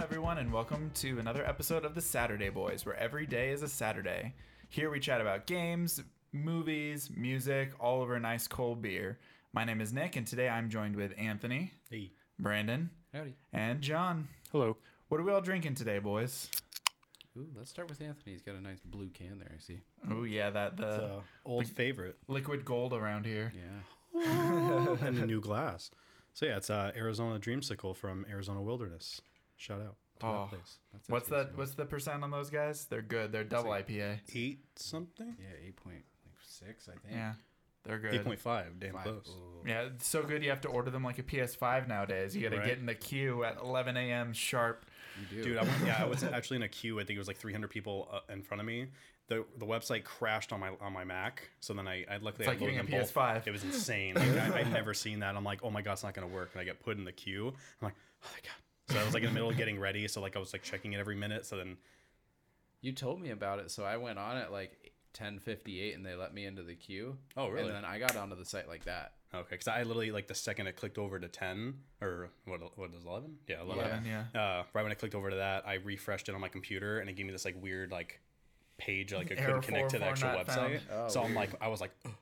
everyone, and welcome to another episode of the Saturday Boys, where every day is a Saturday. Here we chat about games, movies, music, all over a nice cold beer. My name is Nick, and today I'm joined with Anthony, Hey. Brandon, Howdy. and John. Hello. What are we all drinking today, boys? Ooh, let's start with Anthony. He's got a nice blue can there, I see. Oh yeah, that the Uh, old favorite liquid gold around here. Yeah. and a new glass. So yeah, it's uh, Arizona Dreamsicle from Arizona Wilderness. Shout out to Oh. that place. That's a What's tasty that? one. What's the percent on those guys? They're good. They're double IPA. Eight something. Yeah, 8.6, I think. Yeah, they're good. Eight point five. Damn Five. close. Ooh. Yeah, it's so good you have to order them like a PS5 nowadays. You got to Right. get in the queue at 11 a.m. sharp. You do. Dude, I, was- yeah, I was actually in a queue. I think it was like 300 people uh, in front of me. The the website crashed on my on my Mac. So then I, I luckily It's I like getting loaded a them both. PS5. It was insane. Like, I, I'd never seen that. I'm like, oh my god, it's not gonna work. And I get put in the queue. I'm like, oh my god. So I was like in the middle of getting ready. So like I was like checking it every minute. So then you told me about it, so I went on at like 10:58 and they let me into the queue. Oh, really? And then I got onto the site like that. Okay, because I literally like the second I clicked over to ten or what what is eleven? Yeah, eleven. 11, yeah. Uh, right when I clicked over to that, I refreshed it on my computer and it gave me this like weird like page like I Error couldn't connect to the 444 actual not website. found. Oh, so I'm like, I was like, "Ugh."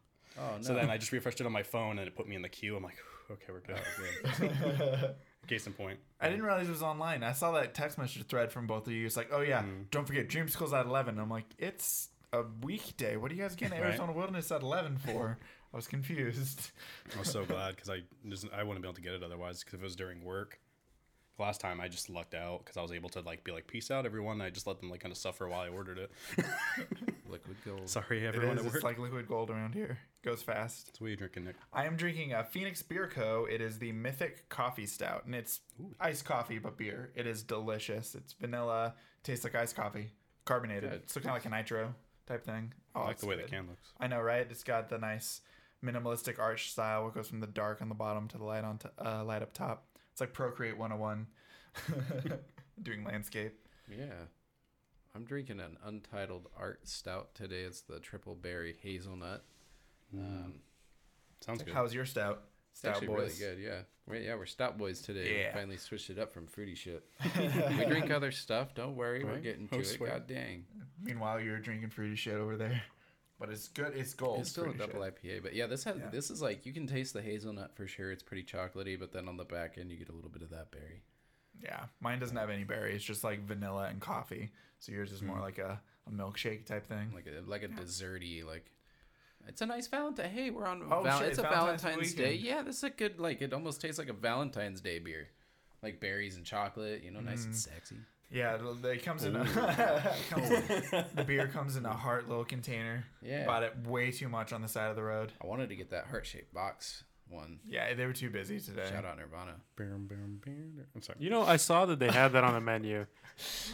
Oh no. so then I just refreshed it on my phone and it put me in the queue. I'm like, okay, we're good. Oh, Case in point. I didn't realize it was online. I saw that text message thread from both of you. It's like, oh yeah, Mm. don't forget Dream School's at 11. I'm like, it's a weekday. What are you guys getting Right. Arizona Wilderness at 11 for? I was confused. I was so glad because I just, I wouldn't be able to get it otherwise because if it was during work. Last time I just lucked out because I was able to like be like peace out everyone. And I just let them like kind of suffer while I ordered it. Liquid gold. Sorry It everyone. is. It It's like liquid gold around here. Goes fast. so what are you drinking, Nick? I am drinking a Phoenix Beer Co. It is the Mythic Coffee Stout, and it's iced coffee but beer. It is delicious. It's vanilla, tastes like iced coffee, carbonated, Good. so kind of like a nitro type thing. Oh, I like it's the way the good. can looks. I know, right? It's got the nice minimalistic arch style. What goes from the dark on the bottom to the light on t- uh, light up top. It's like Procreate 101, doing landscape. Yeah. I'm drinking an untitled art stout today. It's the triple berry hazelnut. Um, Sounds good. How's your stout? It's actually really good, yeah. We're, yeah, we're Stout Boys today. Yeah. We finally switched it up from fruity shit. we drink other stuff. Don't worry, we're Right? getting to Oh, it. swear. God dang, Meanwhile, you're drinking fruity shit over there, but it's good. It's gold. it's still a fruity shit. double IPA, but yeah, this has Yeah. this is like you can taste the hazelnut for sure. It's pretty chocolatey, but then on the back end you get a little bit of that berry. Yeah, mine doesn't have any berry. It's just like vanilla and coffee. So yours is more like a, a milkshake type thing. Hmm. like a like a desserty like it's a nice Valentine. Hey, we're on. Oh, val- shit, it's a Valentine's Valentine's, Day. weekend. Yeah, this is a good. Like it almost tastes like a Valentine's Day beer, like berries and chocolate. You know, nice Mm. and sexy. yeah, it it comes in. A, it comes in- the beer comes in a heart little container. Yeah. bought it way too much on the side of the road. I wanted to get that heart shaped box one. Yeah, they were too busy today. Shout out Nirvana. Bam, bam, bam. I'm sorry. You know, I saw that they had that on the menu,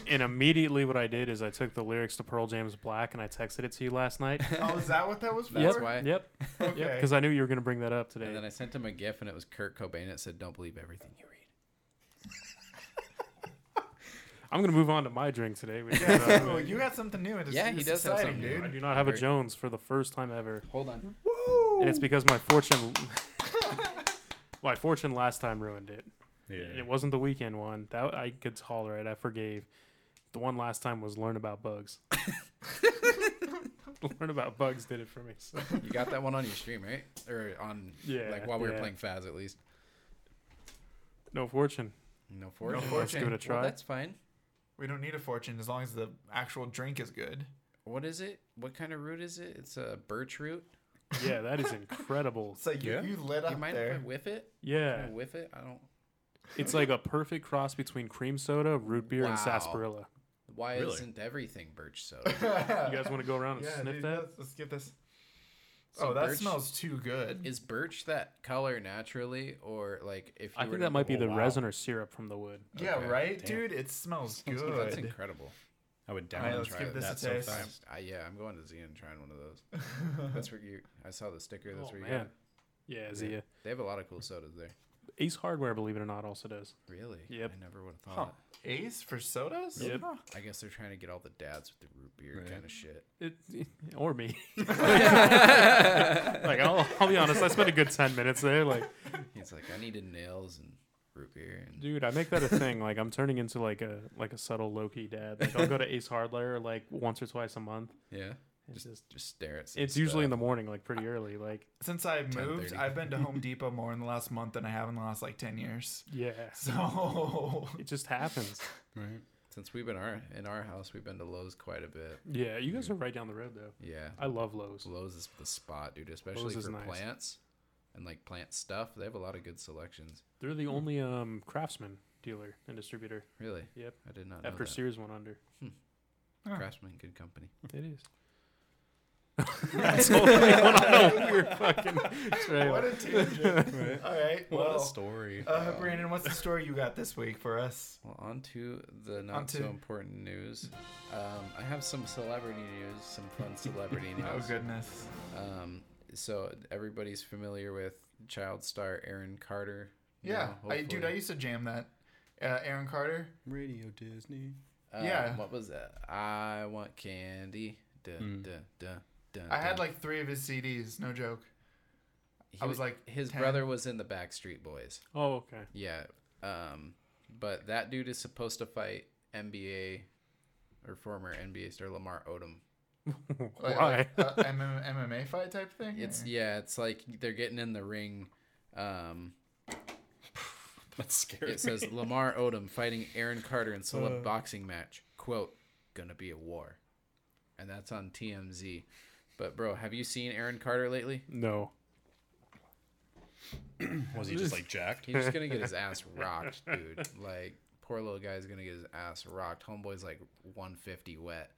and immediately what I did is I took the lyrics to Pearl Jam's Black and I texted it to you last night. Oh, is that what that was for? That's why. Yep. Okay. Yep. Because I knew you were going to bring that up And then today. I sent him a GIF, and it was Kurt Cobain. It said, "Don't believe everything you read." I'm going to move on to my drink today. Which, Yeah, uh, well, you got something new. It's, Yeah, he it's does have exciting, something new. I dude. do not have a Very- Jones for the first time ever, Hold on. Woo! and it's because my fortune, my fortune last time ruined it. And Yeah. it wasn't the weekend one that I could tolerate. I forgave. The one last time was learn about bugs. learn about bugs did it for me. So. You got that one on your stream, right? Or on Yeah, like while we were yeah. playing Faz, at least. No fortune. No fortune. fortune. Let's give it a Well, try. that's fine. we don't need a fortune as long as the actual drink is good. What is it? What kind of root is it? It's a birch root. Yeah, that is incredible. It's like you, Yeah. you lit You up mind there. if I whiff it? Yeah, With it, I don't. it's like a perfect cross between cream soda, root beer, Wow. and sarsaparilla. Why Really? isn't everything birch soda? You guys want to go around and Yeah, sniff dude, that? let's, let's get this. So oh, that birch- smells too good. Is birch that color naturally, or like if you I were think to- that might be oh, the wow. resin or syrup from the wood. Yeah, Okay. right, dude. It smells good. Dude, That's incredible. I would All right, definitely let's try give it. this a That's so taste. I'm, fast. I, yeah, I'm going to Xena and trying one of those. That's where you. I saw the sticker. That's Oh where you. man, got it. yeah, Zia. They have a lot of cool sodas there. Ace Hardware, believe it or not, also does. Really? Yep. I never would have thought. Huh. Ace for sodas? Yep. Huh. I guess they're trying to get all the dads with the root beer Right. kind of shit. It, or me. like I'll, I'll be honest, I spent a good ten minutes there. Like He's like, I needed nails and root beer. And Dude, I make that a thing. Like I'm turning into like a like a subtle Loki dad. Like I'll go to Ace Hardware like once or twice a month. yeah, It's just just stare at. Some it's usually in the stuff. morning, like pretty early. Like Since I moved, 10:30. I've been to Home Depot more in the last month than I have in the last like 10 years. yeah, So it just happens. Right. Since we've been our in our house, we've been to Lowe's quite a bit. Yeah, you guys are right down the road though. Yeah, I love Lowe's. Lowe's is the spot, dude. Especially Lowe's is for nice. plants and like plant stuff. They have a lot of good selections. They're the only um craftsman dealer and distributor Really? Yep. I did not after know that. Sears went under. Huh. Craftsman, good company. It is. That's totally went on a weird fucking trail. what a tangent. Right. All right. What a Well, story. uh, Brandon, what's the story you got this week for us? Well, on to the not On to- so important news. Um, I have some celebrity news, some fun celebrity news. Oh goodness. Um, so everybody's familiar with child star Aaron Carter. Yeah, now, I, dude, I hopefully. used to jam that. Uh, Aaron Carter. Radio Disney. Um, yeah. What was that? I want candy. Duh, Mm. duh, duh, duh, I had duh. like three of his CDs. No joke. He I was, like, his 10. brother was in the Backstreet Boys. Oh, okay. Yeah. Um, but that dude is supposed to fight NBA or former NBA star Lamar Odom. Like, Why? like, uh, MM MMA fight type thing. It's or- yeah, it's like they're getting in the ring. Um, That's scary. it says Lamar Odom fighting Aaron Carter in Uh. celeb boxing match. Quote, gonna be a war, and that's on TMZ. But bro, have you seen Aaron Carter lately? No. Was he just like jacked? He's just gonna get his ass rocked, dude. Like poor little guy's gonna get his ass rocked. Homeboy's like 150 wet.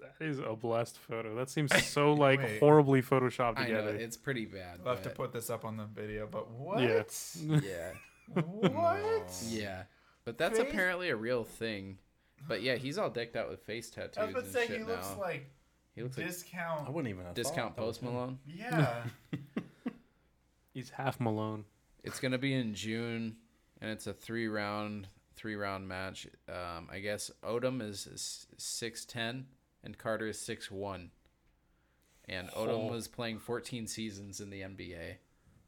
That is a blessed photo. That seems so like Wait. horribly photoshopped I know together. it's pretty bad. I'll have to but- put this up on the video, but what? Yeah. yeah. what? Yeah, but that's Face- apparently a real thing. But yeah, he's all decked out with face tattoos I was about and to say shit he looks now. like he looks like discount. I wouldn't even have discount thought that was Post him. Malone. yeah. He's half Malone. It's gonna be in June, and it's a three round three round match. Um, I guess Odom is six ten and Carter is six one. And Odom Oh. was playing 14 seasons in the NBA,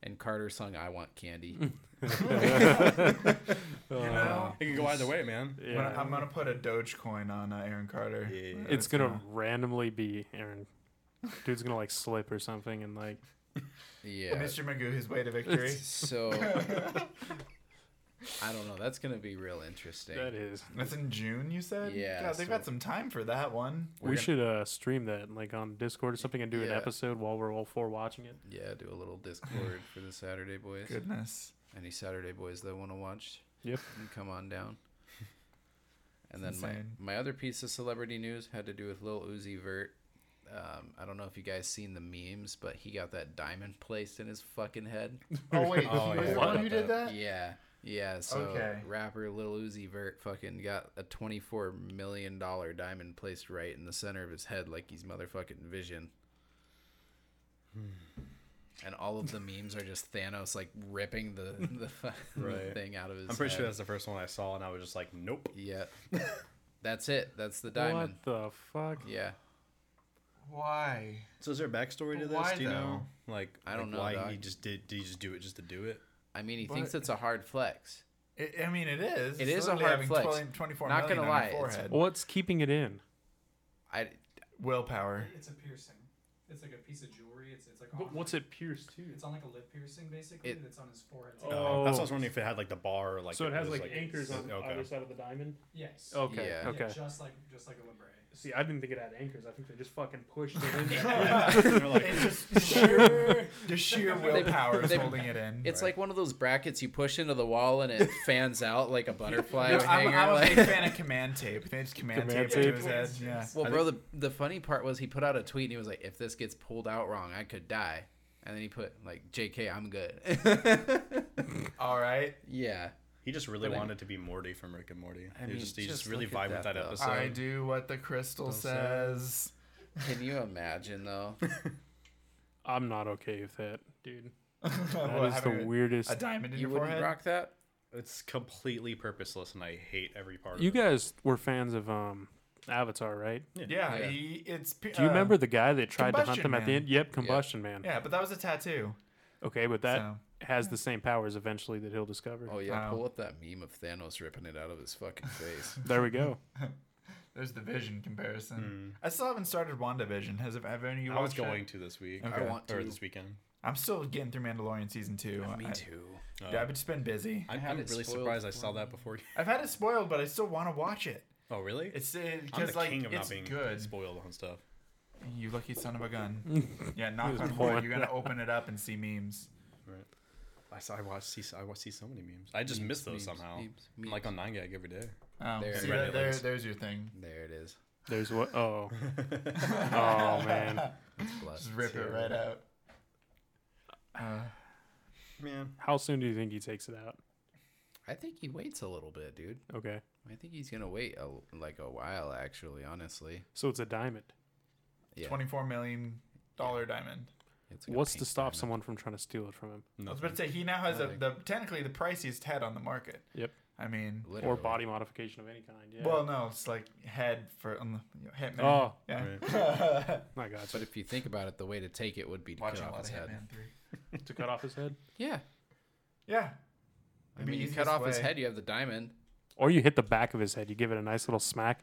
and Carter sung "I Want Candy." Uh, you know? It can go either way, man. I'm Yeah. gonna- I'm gonna put a Dogecoin on uh, Aaron Carter. Yeah. Uh, it's gonna randomly be Aaron. Dude's gonna like slip or something and like Yeah. Mr. Magoo, his way to victory. So I don't know. That's gonna be real interesting. that is. That's in June, you said. Yeah, God, they've so- got some time for that one. We're we gonna- should uh stream that like on Discord or something and do an Yeah. episode while we're all four watching it. Yeah, do a little Discord for the Saturday boys. Goodness. Any Saturday boys that want to watch, Yep. can come on down. And It's then insane. my my other piece of celebrity news had to do with Lil Uzi Vert. Um, I don't know if you guys seen the memes, but he got that diamond placed in his fucking head. Oh wait, Oh, he was yeah. the one who did that? yeah, yeah. So Okay. rapper Lil Uzi Vert fucking got a twenty four million dollar diamond placed right in the center of his head, like he's motherfucking Vision. Hmm. And all of the memes are just Thanos like ripping the the, fucking Right. thing out of his. I'm pretty sure head. that's the first one I saw, and I was just like, nope. Yeah. That's it. That's the diamond. What the fuck? Yeah. Why? So is there a backstory to But this? why, do you know? Like, I like don't know, Why dog. he just did? Did he just do it just to do it? I mean, he But- thinks it's a hard flex. It, I mean, it is. It It's is a literally hard having flex. 12 24 Not gonna million on your lie, it's- forehead. What's keeping it in? I Willpower. It's a piercing. It's like a piece of jewelry. It's it's like But on, what's it pierced to? It's on like a lip piercing basically. It- that's on his forehead. It's Oh. like- that's what I was wondering if it had like the bar, or, like so it has was, like, anchors on okay. either side of the diamond. yes. Okay. Yeah. Yeah, Oh, Okay. Just like just like a limbre. See, I didn't think it had anchors. I think they just fucking pushed it in. there. They're like, It's just sheer, just sheer willpower is they- holding it in. It's like one of those brackets you push into the wall and it fans out like a butterfly No, I'm, hanger. I'm a like- big fan of command tape. They just command, Command tape, tape. to his head. Yeah. well, bro, the, the funny part was he put out a tweet and he was like, if this gets pulled out wrong, I could die. And then he put, like, JK, I'm good. All right. yeah. he just really But I- wanted to be Morty from Rick and Morty. I he mean, was just he just just really look at vibed with that that, though. episode. I do what the crystal says. Can you imagine, though? I'm not okay with that, dude. What, That is the having a- weirdest. A diamond in you your wouldn't forehead. rock that? It's completely purposeless, and I hate every part. you of it. guys were fans of um Avatar, right? Yeah, Yeah. He, it's. pe- Do you uh, remember the guy that tried to hunt Combustion them at the Man. end? Yep, Combustion Man. Yeah, but that was a tattoo. Okay, but that so. has the same powers eventually that he'll discover. Oh yeah, Wow. pull up that meme of Thanos ripping it out of his fucking face. There we go. There's the Vision comparison. I still haven't started WandaVision. Has have have any of you I was watched it? going to this week. Okay. or- want or to. this weekend. I'm still getting through Mandalorian season two. Me I- too. yeah, I've just been busy. I'm, had I'm it Um, really spoiled surprised I for saw that before. you- I've had it spoiled, but I still want to watch it. Oh, really? It's I'm the because like king of it's not being good. spoiled on stuff. You lucky son of a gun. yeah, knock on wood. born. You're gonna open it up and see memes. Right. I saw. I watched. See, I watched. See so many memes. I just miss those memes, somehow. memes, I'm like memes. on nine gag every day. Um, There. see, Reddit that- there, links. there's your thing. There it is. There's what? Oh, oh man. Bless. Just rip it right out. Uh, Man, How soon do you think he takes it out? I think he waits a little bit, dude. Okay, I think he's gonna wait a, like a while, actually. Honestly, so it's a diamond. yeah. Twenty-four million dollar diamond. it's like a What's to pink stop diamond. someone from trying to steal it from him I no. was about to say he now has a, the technically the priciest head on the market. Yep. I mean, or Literally. body modification of any kind? Yeah. well, no, it's like head for on the Hitman. Oh. yeah. I got you. But if you think about it, the way to take it would be to Watching a cut off lot of his head. Hitman Three. to cut off his head, Yeah, Yeah. I It'd be mean, you easiest cut off his way. head, you have the diamond. or you hit the back of his head, you give it a nice little smack.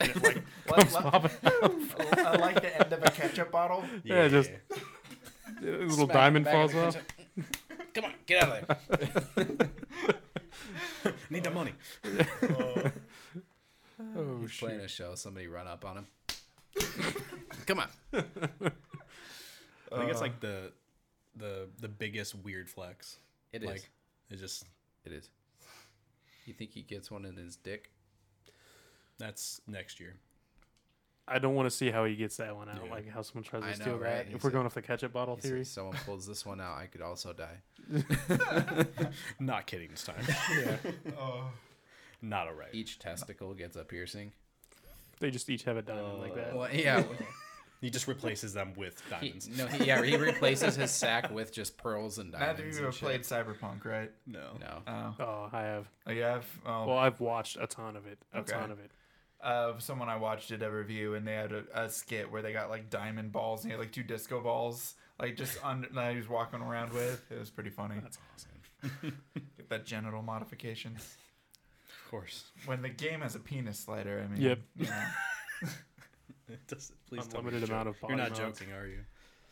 And it, like, Like, like, I like the end of a ketchup bottle. yeah, just a little diamond falls off. Come on, get out of there. need the money. Oh He's shit! playing a show. Somebody run up on him. Come on. I think Uh. it's like the the the biggest weird flex. It is. like it just It is. You think he gets one in his dick? that's next year. I don't want to see how he gets that one out. Yeah. Like how someone tries I to steal know, right? that. He If we're said- going off the ketchup bottle He said, theory, "If someone pulls this one out, I could also die. Not kidding this time. Oh. Not alright. Each testicle gets a piercing. they just each have a diamond like that. Well, yeah. He just replaces them with he, diamonds. no, he, yeah, he replaces his sack with just pearls and diamonds. Neither of you and have shit. played Cyberpunk, right? no. No. Oh, Oh, I have. oh you have. Oh, Well, I've watched a ton of it. A Okay. ton of it. uh, someone I watched did a review, and they had a, a skit where they got like diamond balls, and he had like two disco balls, like just under that he was walking around with. It was pretty funny. That's awesome. Get that genital modification. Of course. When the game has a penis slider, I mean. Yep. you know. It does- please tell me Unlimited you're amount joking. of body You're not mods. joking, are you?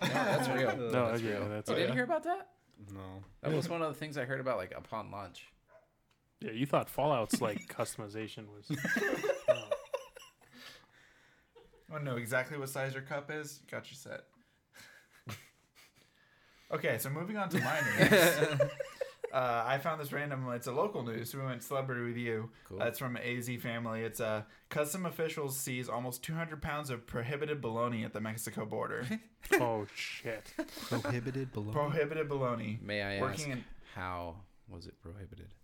No, that's real. No, that's yeah, real. that's you it. didn't hear about that? No. Oh, That was one of the things I heard about like upon launch. Yeah, you thought Fallout's like customization was. You want to know exactly what size your cup is? You got your set. okay, so moving on to my news. uh, I found this random. It's a local news. So we went celebrity review. Cool. Uh, it's from AZ Family. It's uh, custom officials seize almost 200 pounds of prohibited bologna at the Mexico border. Oh shit! Prohibited below. prohibited bologna. May I ask Working in how was it prohibited?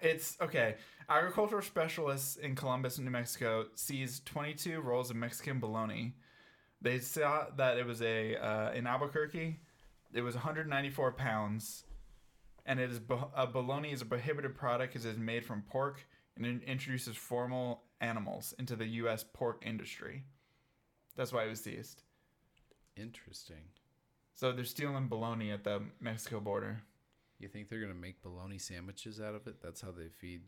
It's okay. Agricultural specialists in Columbus, New Mexico, seized 22 rolls of Mexican bologna. They saw that it was a uh, in Albuquerque. It was 194 pounds, and it is bo- uh, bologna is a prohibited product as it is made from pork and it introduces formal animals into the U.S. pork industry. That's why it was seized. Interesting. So they're stealing bologna at the Mexico border. You think they're gonna make bologna sandwiches out of it? That's how they feed.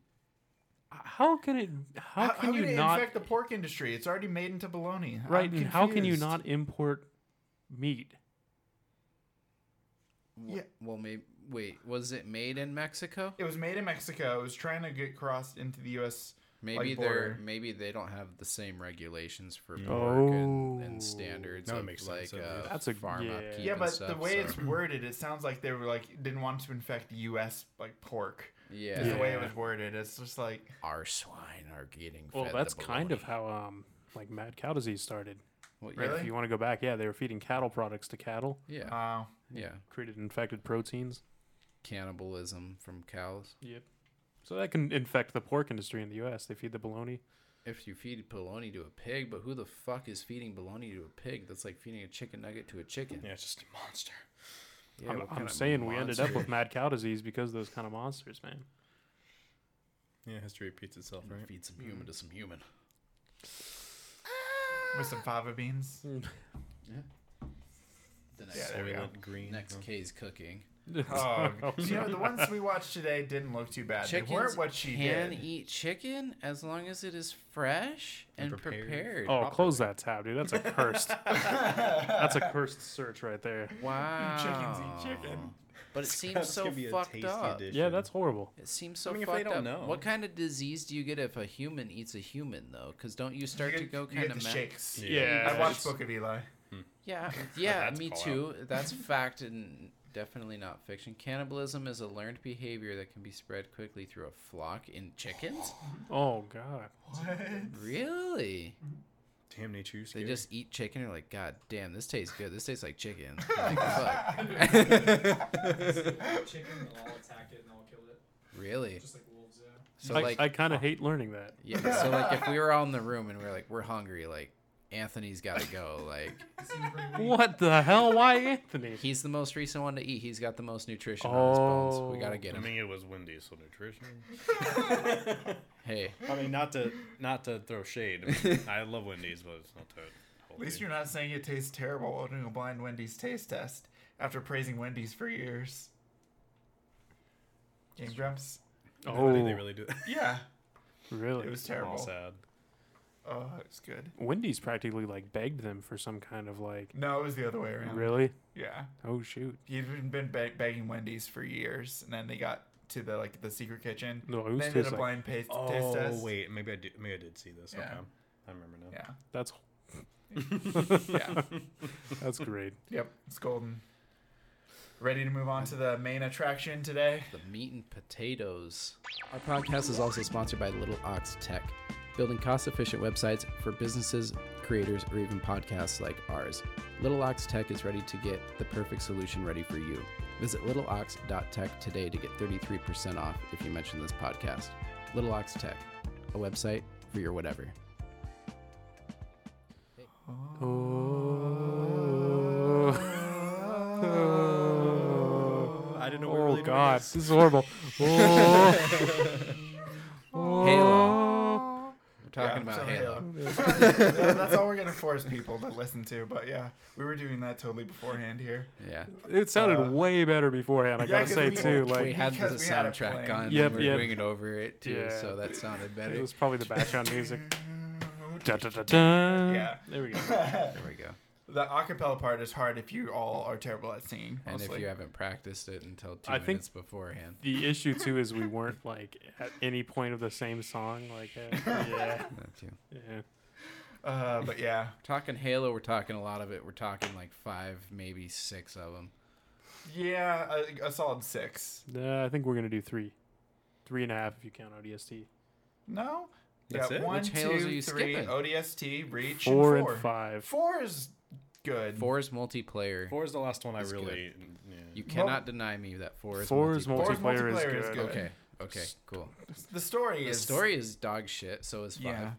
How can it? How can you it not? infect the pork industry? It's already made into bologna. I'm Right, and how can you confused. not import meat? w- Yeah. Well, maybe. Wait, was it made in Mexico? It was made in Mexico. It was trying to get crossed into the U.S. Maybe like they're border. maybe they don't have the same regulations for Mm. pork and, and standards That would of make sense, like at uh, least. That's a- farm yeah. upkeep. Yeah, Oh. Yeah, and but the stuff, way so- it's worded, it sounds like they were like didn't want to infect U.S. like pork. yeah, Is the way it Yeah. was worded. It's just like our swine are getting. Well, fed the that's kind of bologna. how um like mad cow disease started. Well, yeah, Really? If you want to go back, yeah, they were feeding cattle products to cattle, Yeah, wow. yeah. created infected proteins. Cannibalism from cows. Yep. So that can infect the pork industry in the U.S. They feed the bologna. If you feed bologna to a pig, but who the fuck is feeding bologna to a pig? That's like feeding a chicken nugget to a chicken. Yeah, it's just a monster. Yeah, I'm, what I'm kind of saying we ended up monster with mad cow disease because of those kind of monsters, man. Yeah, history repeats itself, right? feed some human to some human. With some fava beans. The next, Yeah, there we go. Soylent green. next huh? K's cooking. Oh, you know the ones we watched today didn't look too bad. Chickens Uh, they weren't what she can did. eat chicken as long as it is fresh and, And prepared. prepared. Oh, close that tab, dude. That's a cursed. that's a cursed search right there. Wow. Chickens eat chicken. But it seems so fucked up. Yeah, that's horrible. It seems so I mean, if fucked they up. don't know. What kind of disease do you get if a human eats a human though? Because don't you You start get, to go you kind get of the mad? shakes. Yeah. I watched Book of Eli. Yeah, yeah, That's me call out. too. That's fact and definitely not fiction. Cannibalism is a learned behavior that can be spread quickly through a flock in chickens. Oh god. Really? Damn nature, you They scared. just eat chicken and are like, God damn, this tastes good. This tastes like chicken. Like, fuck. chicken, they'll all attack it and I'll kill it. really? Just like wolves, yeah. So I, like, I uh, kind of hate learning that. yeah. So like, if we were all in the room and we are like, we're hungry, like Anthony's got to go. Like, It seemed pretty weak. What the hell? Why Anthony? he's the most recent one to eat. He's got the most nutrition on his bones. We gotta get I him. mean, it was windy, so nutrition. Hey, I mean, not to not to throw shade. I, mean, I love Wendy's, but it's not to. At least you're not saying it tastes terrible while doing a blind Wendy's taste test after praising Wendy's for years. Game Grumps. Oh, Did they really do? Yeah, really? it was I'm all terrible. sad. Oh, it was good. Wendy's practically like begged them for some kind of like. No, it was the other way around. Really? Yeah, Oh shoot. he'd been, been beg- begging Wendy's for years, and then they got to the like the secret kitchen. No, it was they did a tastes like- blind paste, taste Oh test. wait, maybe I did. Maybe I did see this. Yeah. Okay, I remember now. Yeah. That's Yeah. that's great. yep. It's golden. Ready to move on to the main attraction today. the meat and potatoes. Our podcast is also sponsored by Little Ox Tech, building cost efficient websites for businesses, creators, or even podcasts like ours. Little Ox Tech is ready to get the perfect solution ready for you. Visit littleox.tech today to get 33% off if you mention this podcast. Little Ox Tech, a website for your whatever. I didn't know. Oh god, this is horrible. Oh, Halo. We're Yeah, talking so about Halo. Yeah, that's all we're gonna force people to listen to. But yeah, we were doing that totally beforehand here. Yeah. it sounded Uh, way better beforehand. I yeah, gotta 'cause say we- too, we like had the because we had it soundtrack playing. on. Yep, and we were yep. doing it over it too, Yeah. so that sounded better. it was probably the background music. Da, da, da, da. Yeah. there we go. there we go. The acapella part is hard if you all are terrible at singing. And if mostly. you haven't practiced it until two I think- minutes beforehand, The issue too is we weren't like at any point of the same song. Like, uh, yeah, that too. yeah. uh, but yeah, Talking Halo, we're talking a lot of it. We're talking like five, maybe six of them. yeah, a, a solid six. Nah, I think we're gonna do three, three and a half if you count ODST. No. That's yeah, it? One, Which two, three. Halos are you skipping? ODST, Reach, Four and and four. five. Four is good. Four is multiplayer. Four is the last one I That's good. really. Yeah. You Well- cannot deny me that four is Four is Four multiplayer, is multiplayer is is good. good. Okay, okay, cool. The story The is story is dog shit. So is five. Yeah.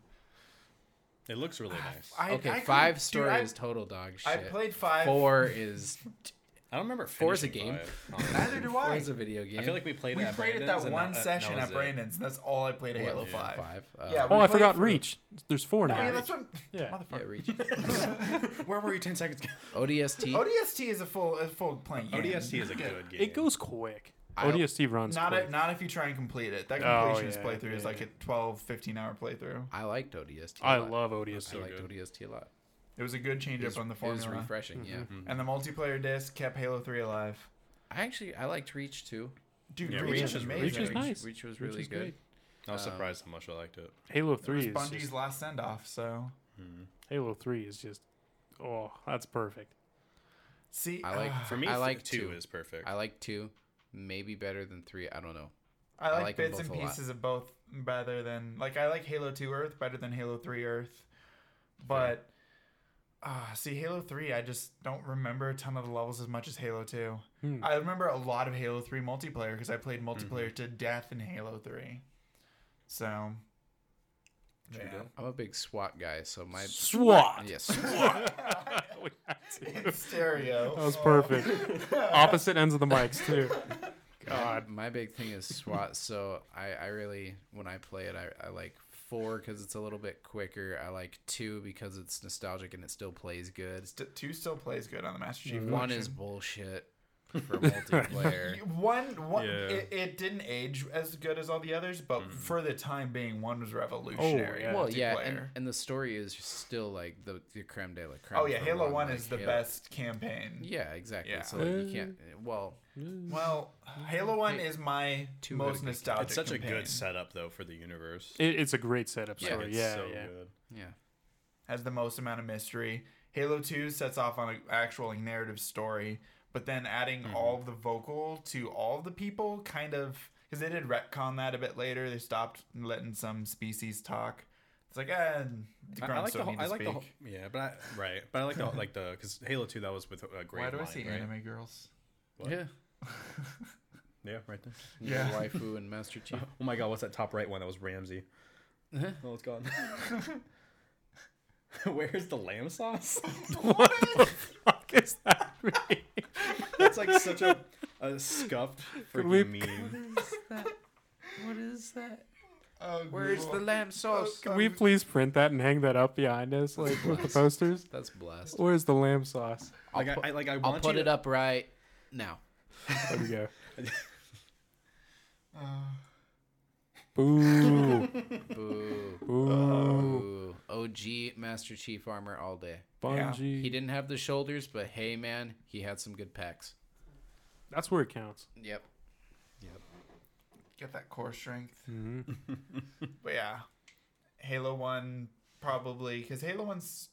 It looks really nice. I, I, okay, I couldn't- five dude, story I- is total dog shit. I played five. Four is don't remember. Four is a finishing game. five, honestly. Neither do four I. is a video game. I feel like we played. we it at played it Brandon's that and one that- session that at was it. Brandon's. That's all I played at Halo yeah, Five. five. Uh, Yeah, Oh, we I played forgot through. Reach. There's four Oh, now. yeah, that's what. yeah. yeah, Motherfucker. reach. Where were you ten seconds? ago? ODST. ODST is a full a full playing game. ODST is a good game. It goes quick. I'll- ODST runs Not quick. a, not if you try and complete it. That Oh, completionist yeah, playthrough is yeah. like a 12, 15 hour playthrough. I liked ODST. a I lot. love I ODST. so liked good. ODST a lot. It was a good change It was, up on the it was formula. Mm-hmm. refreshing. Yeah. And the multiplayer disc kept Halo Three alive. I actually I liked Reach too. Dude, Yeah, Reach, Reach is is- amazing. Reach is Reach- nice. Reach was Reach really is good. great. I was surprised how much I liked it. Halo It was three is Bungie's just, last send off. So Halo three is just oh that's perfect. see, I like For me, I th- like two two. is perfect. I like two, maybe better than three. I don't know. I like, like 'em bits and both a lot. pieces of both rather than like I like Halo 2 Earth better than Halo 3 Earth. But ah, see Halo 3 I just don't remember a ton of the levels as much as Halo 2. I remember a lot of Halo 3 multiplayer cuz I played multiplayer to death in Halo 3. So yeah. I'm a big SWAT guy, so my SWAT. yes. Oh, In stereo. That was perfect. Opposite ends of the mics too. God. My big thing is SWAT, so I, I really when I play it, I, I like four because it's a little bit quicker. I like two because it's nostalgic and it still plays good. Mm-hmm. St- 2 still plays good on the Master Chief. One version. is bullshit. for multiplayer. One, one Yeah. it, it didn't age as good as all the others, but for the time being, one was revolutionary. yeah. well, Oh, yeah, multiplayer. and, and the story is still like the, the creme de la creme. oh yeah, for Halo one, One like, is the Halo- best campaign. Yeah, exactly. Yeah. So like, you can't. eh, Well, Well, Halo One is my Two had a most good- nostalgic. It's such a campaign. good setup though for the universe. It, it's a great setup Yeah, story. it's Yeah, so yeah. good. yeah. has the most amount of mystery. Halo 2 sets off on an actual narrative story, but then adding Mm-hmm. all the vocal to all the people kind of because they did retcon that a bit later. They stopped letting some species talk. It's like, eh, the I, I grunts like the don't whole, need to I like the speak. whole, yeah, but I right, but I like the like the because Halo Two that was with uh, Great Why do I Line, see right? anime girls? What? Yeah. Yeah, right there. Yeah. Waifu and Master Chief. Oh my God, what's that top right one? That was Ramsey. Uh-huh. oh, it's gone. Where's the lamb sauce? What the fuck is that? That's like such a, a scuffed freaking we- meme. What is that? Oh, Where's the lamb sauce? Can we please print that and hang that up behind us, like with the posters? That's blast. Where's the lamb sauce? Like pu- I, I like I want I'll put you it to, up right now. There we go. Uh, Boo! Boo. Uh, Oh. Boo. Boo! OG Master Chief armor all day. Bungie. He didn't have the shoulders, but hey, man, he had some good packs. That's where it counts. Yep. get that core strength. hmm Mm-hmm. But yeah, Halo 1 probably because Halo 1's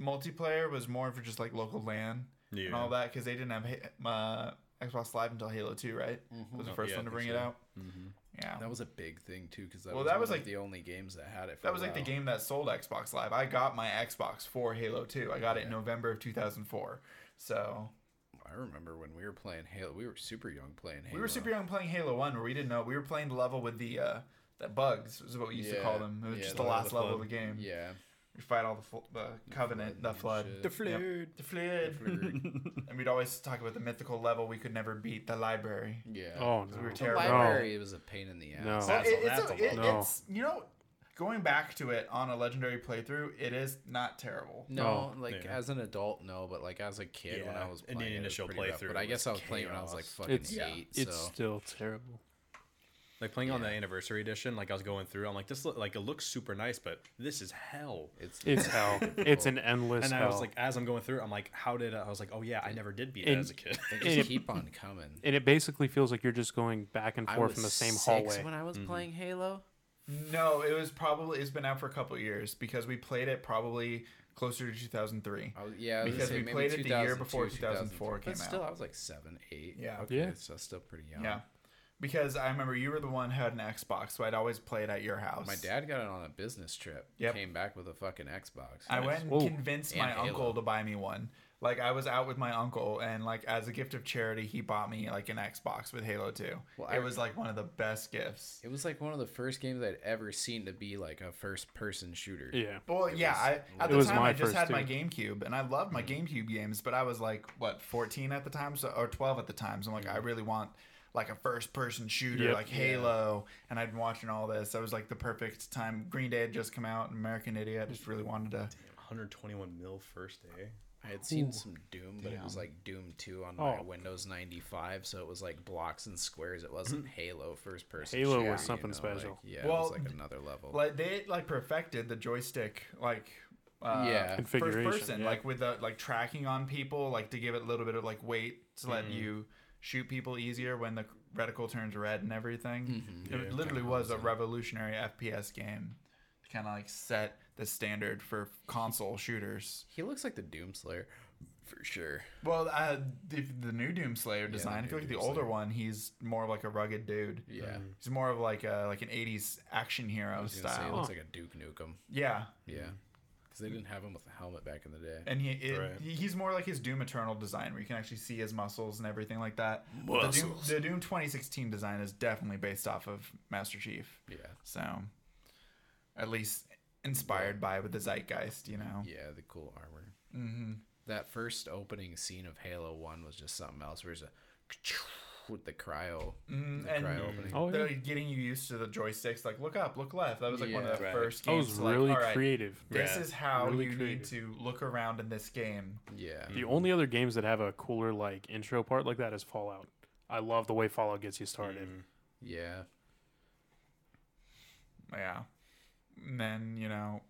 multiplayer was more for just like local LAN. Yeah. and all that because they didn't have Ha- uh, Xbox Live until Halo 2, right? Was the Oh, first yeah, one to I bring think it so. Mm-hmm. out. Yeah, That was a big thing too, because that Well, was, that one was, of like- the only games that had it. For that was a like the while. game that sold Xbox Live. I got my Xbox for Halo 2. I got it in November of 2004. So I remember when we were playing Halo. We were super young playing Halo. we were super young playing Halo 1 where we didn't know we were playing the level with the uh, the bugs is what we used to call Yeah, them. It was yeah, just the the last level level of of the game. Yeah. We fight all the, fl- the covenant, the flood. shit. The flared. The flood. and we'd always talk about the mythical level we could never beat, the library. Yeah. Oh no! We were the terrible. library was a pain in the ass. No. Well, That's it- a- it's, that's a- a it- lot. it's- you know, going back to it on a legendary playthrough, it is not terrible. No, like yeah. as an adult, no, but like as a kid when I Yeah, was in the playing it, it was initial pretty rough, playthrough, But I it guess was I was playing when I was like chaos. fucking It's eight. it's so still terrible. Like playing on the anniversary edition, like I was going through, I'm like, this look, like it looks super nice, but this is hell. it's It's hell. it's an endless And hell. I was like, as I'm going through, I'm like, how did I, I was like, oh yeah, I never did beat it And- as a kid. they it- just keep on coming. and it basically feels like you're just going back and I forth was in the same six hallway. when I was Mm-hmm. playing Halo. No, it was probably it's been out for a couple years because we played it probably closer to 2003. I was, yeah, I was gonna Because say we maybe played it the year before 2002, 2004 2003, came But still, out. I was like seven, eight. Yeah. Okay, Yeah. so still pretty young. Yeah. Because I remember you were the one who had an Xbox, so I'd always play it at your house. My dad got it on a business trip. Yep. Came back with a fucking Xbox. I went and Whoa. convinced my And Halo. uncle to buy me one. Like I was out with my uncle, and like as a gift of charity, he bought me like an Xbox with Halo 2. Well, I- it was like one of the best gifts. It was like one of the first games I'd ever seen to be like a first person shooter. yeah. Well, yeah, I, at It the was time my I just first, Mm-hmm. had my too. GameCube, and I loved my GameCube games, but I was like, what, 14 at the time, so or 12 at the time. So I'm like, I really want like a first-person shooter, Mm-hmm. Yep. like Halo, and I'd been watching all this. I was like the perfect time. Green Day had just come out, and American Idiot. I just really wanted to. 121 mil first day. I had seen some Doom, but it was like Doom 2 on my Oh. Windows 95, so it was like blocks and squares. It wasn't Halo first person. Halo was shooter, you something know, special. like, yeah, it Well, was like another level. Like they like perfected the joystick, like. Uh, Yeah. first Configuration, person, yeah. like with the like tracking on people, like to give it a little bit of like weight to Mm-hmm. let you shoot people easier when the reticle turns red and everything. Mm-hmm. It literally was a revolutionary FPS game to kind of like set the standard for console shooters. he looks like the Doom Slayer for sure. Well, uh, the, the new Doom Slayer design, new if you look at the Doom older one, he's more of like a rugged dude. Yeah. Mm. He's more of like a like an 80s action hero I was gonna say, it style. looks like a Duke Nukem. Yeah. Yeah. Mm. Because they didn't have him with a helmet back in the day. And he it, Right. he- he's more like his Doom Eternal design, where you can actually see his muscles and everything like that. But The Doom, the Doom 2016 design is definitely based off of Master Chief, Yeah. so at least inspired by with the zeitgeist, you know. Yeah, the cool armor. Mm-hmm. That first opening scene of Halo 1 was just something else. Where it's a with the cryo, Mm, the and cryo opening. Oh, yeah. they're getting you used to the joysticks. Like look up, look left. That was like one of the Yeah. Right. first That games. was to, like, really all right, creative. This Yeah. is how Really you need creative. to look around in this game. Yeah. Mm-hmm. The only other games that have a cooler like intro part like that is Fallout. I love the way Fallout gets you started. Mm. Mhm. Yeah. Yeah. And then, you know,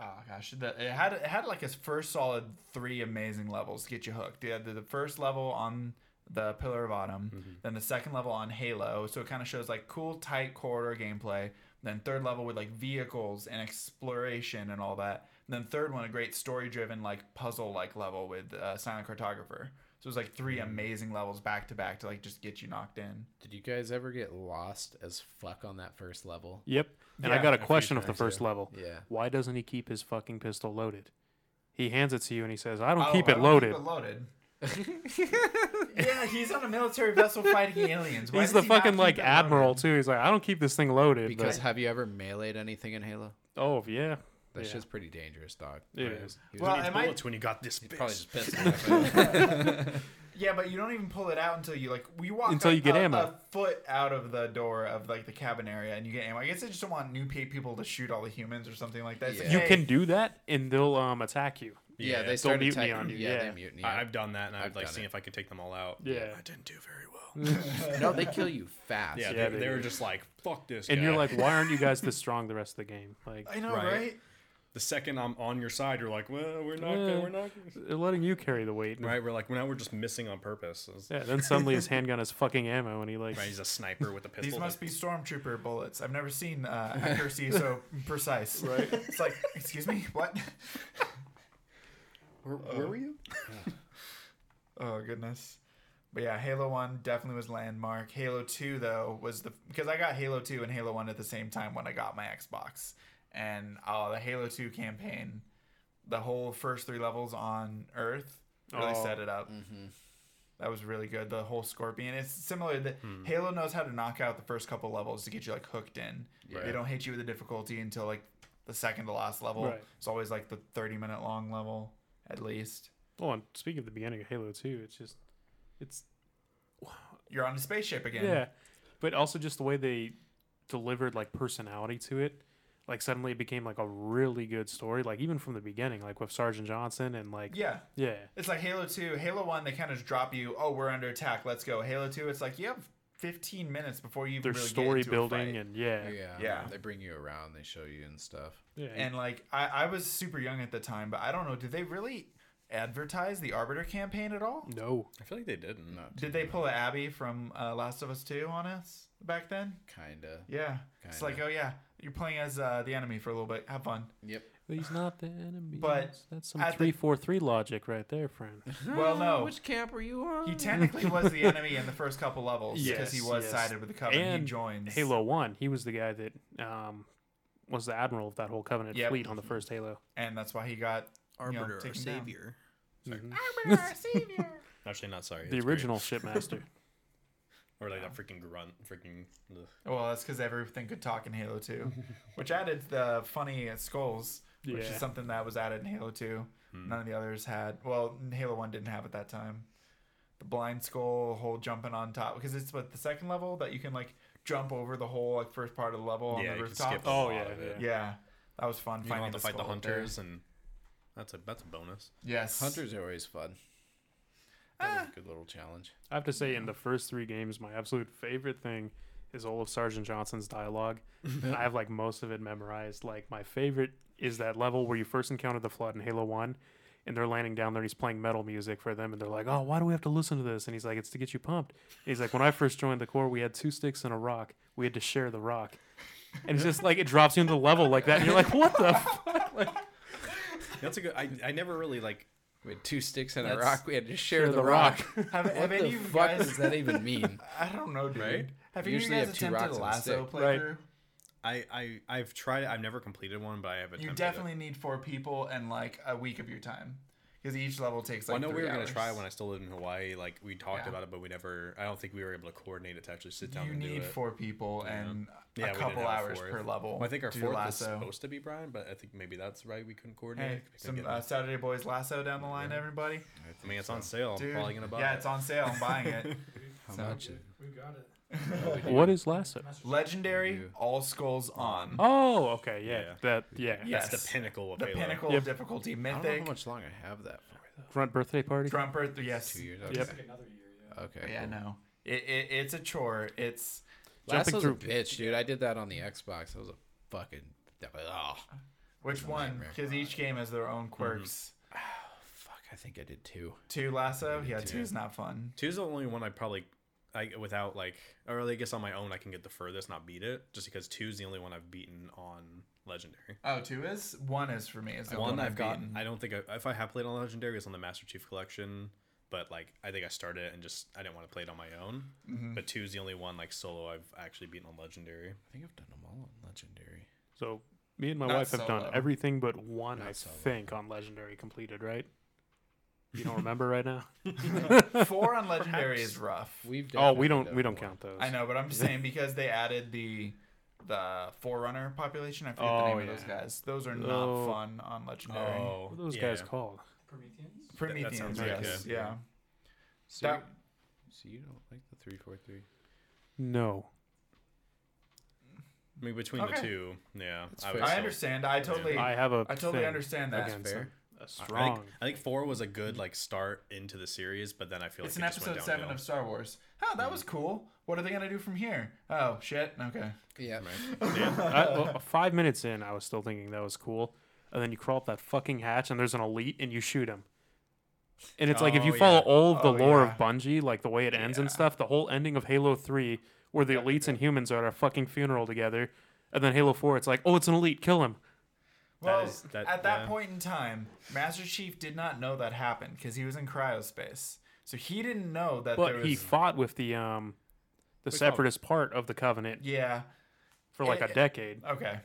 oh gosh, the, it had it had like its first solid three amazing levels to get you hooked. Yeah, the, the first level on the Pillar of Autumn, then the second level on Halo. So it kind of shows like cool tight corridor gameplay. Then third level with like vehicles and exploration and all that. And then third one, a great story driven like puzzle like level with uh, Silent Cartographer. So it was like three amazing levels back to back to like just get you knocked in. Did you guys ever get lost as fuck on that first level? Yep. And Yeah, I got a a few question off the times, first yeah. level. Yeah. Why doesn't he keep his fucking pistol loaded? He hands it to you and he says, "I don't Oh, keep I it don't loaded." Keep it loaded. yeah, he's on a military vessel fighting aliens. Why He's does the he not fucking keep like it admiral loaded? too. He's like, "I don't keep this thing loaded." Because but- have you ever meleeed anything in Halo? oh yeah, That Yeah. shit's pretty dangerous, dog. it Right. is. He was Well, Needs am I- bullets when you got this bitch. probably just pissed off. Yeah, but you don't even pull it out until you like we walk Until a- you get a, ammo. a foot out of the door of like the cabin area and you get ammo. I guess they just don't want new paid people to shoot all the humans or something like that. It's like, You hey, can do that, and they'll um attack you. yeah, Yeah. they They'll started mutiny attack- on you, Yeah, yeah. they mutiny. I, I've done that, and I've, I've like done seen it. if I could take them all out. Yeah. I didn't do very well. no, they kill you fast. yeah, Yeah, they, they they were do. just like, "Fuck this." And you're guy." like, "Why aren't you guys this strong the rest of the game?" Like I know, Right. right? the second I'm on your side, you're like, "Well, we're not, Yeah. gonna, we're not." gonna-" they're letting you carry the weight. and- Right? We're like, well, now we're just missing on purpose. It's- Yeah. Then suddenly his handgun is fucking ammo, and he like Right? He's a sniper with a pistol. These must be stormtrooper bullets. I've never seen uh, accuracy so precise. Right? It's like, excuse me, what? Where, where were you? Oh goodness. But yeah, Halo 1 definitely was landmark. Halo 2 though was the because I got Halo 2 and Halo 1 at the same time when I got my Xbox. And uh, the Halo 2 campaign, the whole first 3 levels on Earth really Oh. set it up. Mm-hmm. That was really good. The whole Scorpion. It's similar that Hmm. Halo knows how to knock out the first couple levels to get you like hooked in. Yeah. They don't hit you with the difficulty until like the second to last level. Right. It's always like the 30 minute long level at least. Oh, and speaking of the beginning of Halo 2, it's just, it's You're on a spaceship again. yeah, but also just the way they delivered like personality to it, like suddenly it became like a really good story, like even from the beginning, like with Sergeant Johnson and like Yeah. yeah, It's like Halo 2, Halo 1, they kind of drop you, oh, we're under attack, let's go. Halo 2, it's like you have 15 minutes before you their really story get into a building fight. and yeah, yeah, Yeah. Yeah. They bring you around. They show you and stuff. And like, I, I was super young at the time, but I don't know, did they really advertise the Arbiter campaign at all? no, I feel like they didn't. Not Did they pull a Abby from uh, Last of Us 2 on us back then? kinda. Yeah. It's like, Kinda. oh, yeah, you're playing as uh, the enemy for a little bit, have fun. Yep. but he's not the enemy. But That's- that's some at the- three four three logic right there, friend. Well, no. Which camp are you on? He technically was the enemy in the first couple levels because he Yes, was yes. sided with the Covenant. and he joins Halo One, he was the guy that um was the admiral of that whole Covenant Yep. fleet on the first Halo. and that's why he got you know, Arbiter or taken down. savior. Actually, not sorry. The it's great. original shipmaster. Or like that freaking grunt, freaking. ugh. Well, that's because everything could talk in Halo 2, which added the funny uh, skulls, which Yeah. is something that was added in Halo 2. Hmm. None of the others had. Well, Halo 1 didn't have at that time. The blind skull, whole jumping on top, because it's what the second level that you can like jump over the whole like first part of the level Yeah, on the you can skip. rooftop. a Oh, lot yeah, of it. yeah. Yeah, that was fun. You don't finding have to fight the skull up there. hunters, and that's a that's a bonus. Yes, Hunters are always fun. That was a good little challenge. I have to say, in the first three games, my absolute favorite thing is all of Sergeant Johnson's dialogue. and I have like most of it memorized. Like my favorite is that level where you first encounter the flood in Halo One, and they're landing down there. and He's playing metal music for them, and they're like, "Oh, why do we have to listen to this?" And he's like, "It's to get you pumped." And he's like, "When I first joined the Corps, we had two sticks and a rock. We had to share the rock." And it's just like it drops you into the level like that, and you're like, "What the?" Fuck? Like, That's a good. I, I never really like. We had two sticks and a That's- rock. We had to share the the rock. Have, what have the any of you fuck guys? does that even mean? I don't know, dude. Right? Have Usually you you guys have two attempted rocks and a lasso stick. Right. playthrough? I I I've tried. it. I've never completed one, but I have You attempted. it. definitely need four people and like a week of your time. because each level takes Well, like. I know we three were gonna hours. try when I still lived in Hawaii. Like we talked Yeah. about it, but we never. I don't think we were able to coordinate it to actually sit down You and do need it. four people Yeah. and Yeah, we a didn't couple have a hours fourth. per level. Well, I think our Do fourth was lasso. supposed to be Brian, but I think maybe that's right. We couldn't coordinate. Hey, it 'cause we couldn't some get uh, enough- Saturday Boys Lasso down the line, Yeah. everybody. I mean, it's on sale. Dude, I'm probably gonna buy. yeah, it. it's on sale. I'm buying it. How So- much? We got it. What is Lasso? Master Legendary, You- all skulls on. Oh, okay, yeah, Yeah. that yeah. Yeah. That's Yes. the pinnacle of the Halo. pinnacle Yep. of difficulty, I don't know how mythic, much longer I have that for. Front birthday party. trumper. th- yes. Two years. Yep. Okay. Like another year, yeah. Okay. Yeah, cool. no. It, it it's a chore. It's Lasso's Jumping a through- bitch, dude. I did that on the Xbox. I was a fucking. Oh, which one? nightmare. Because each game has their own Mm-hmm. quirks. fuck. I think I did two. Two lasso. Maybe Yeah, two. two is not fun. Two's the only one I probably, I without like, or really, I guess on my own I can get the furthest, not beat it, just because two's the only one I've beaten on legendary. Oh, two is one is for me. Is the one only I've gotten. beaten. I don't think I, if I have played on legendary is on the Master Chief Collection, but like I think I started it and just I didn't want to play it on my own. But two's the only one like solo I've actually beaten on legendary. I think I've done them all on Legendary. So me and my Not wife have solo. done everything but one, I Not solo. think, on Legendary completed, right? You don't remember right now? Four on legendary is rough. We've. Oh, definitely we don't done we don't more. count those. I know, but I'm just saying because they added the the forerunner population. I forget the Oh, name of those yeah. guys. Those are not Oh. fun on legendary. Oh, What are those yeah. guys called? Prometheans? that Prometheans, sounds right, yes, yeah. yeah. So, That- you- so you don't like the three four three? No. I mean, between Okay. the two, yeah, That's I, would fair. I still- understand. I totally, I have a I totally thing understand that. against Fair. them. A I think, strong. I think four was a good like start into the series, but then I feel It's an like it just episode went seven downhill. Hmm. of Star Wars. Oh, that was cool. What are they gonna do from here? Oh shit. Okay. Yeah. Right. I, uh, five minutes in, I was still thinking that was cool, and then you crawl up that fucking hatch, and there's an elite, and you shoot him. And it's like if you Oh, follow yeah. all of the Oh, lore yeah. of Bungie, like the way it ends and stuff, the whole ending of Halo Three, where the elites and humans are at a fucking funeral together, and then Halo Four, it's like, oh, it's an elite, kill him. Well, is- that- at that yeah. point in time, Master Chief did not know that happened because he was in cryospace, so he didn't know that there But was. he fought with the um, the We call- separatist part of the Covenant yeah. for like it- a decade. Okay.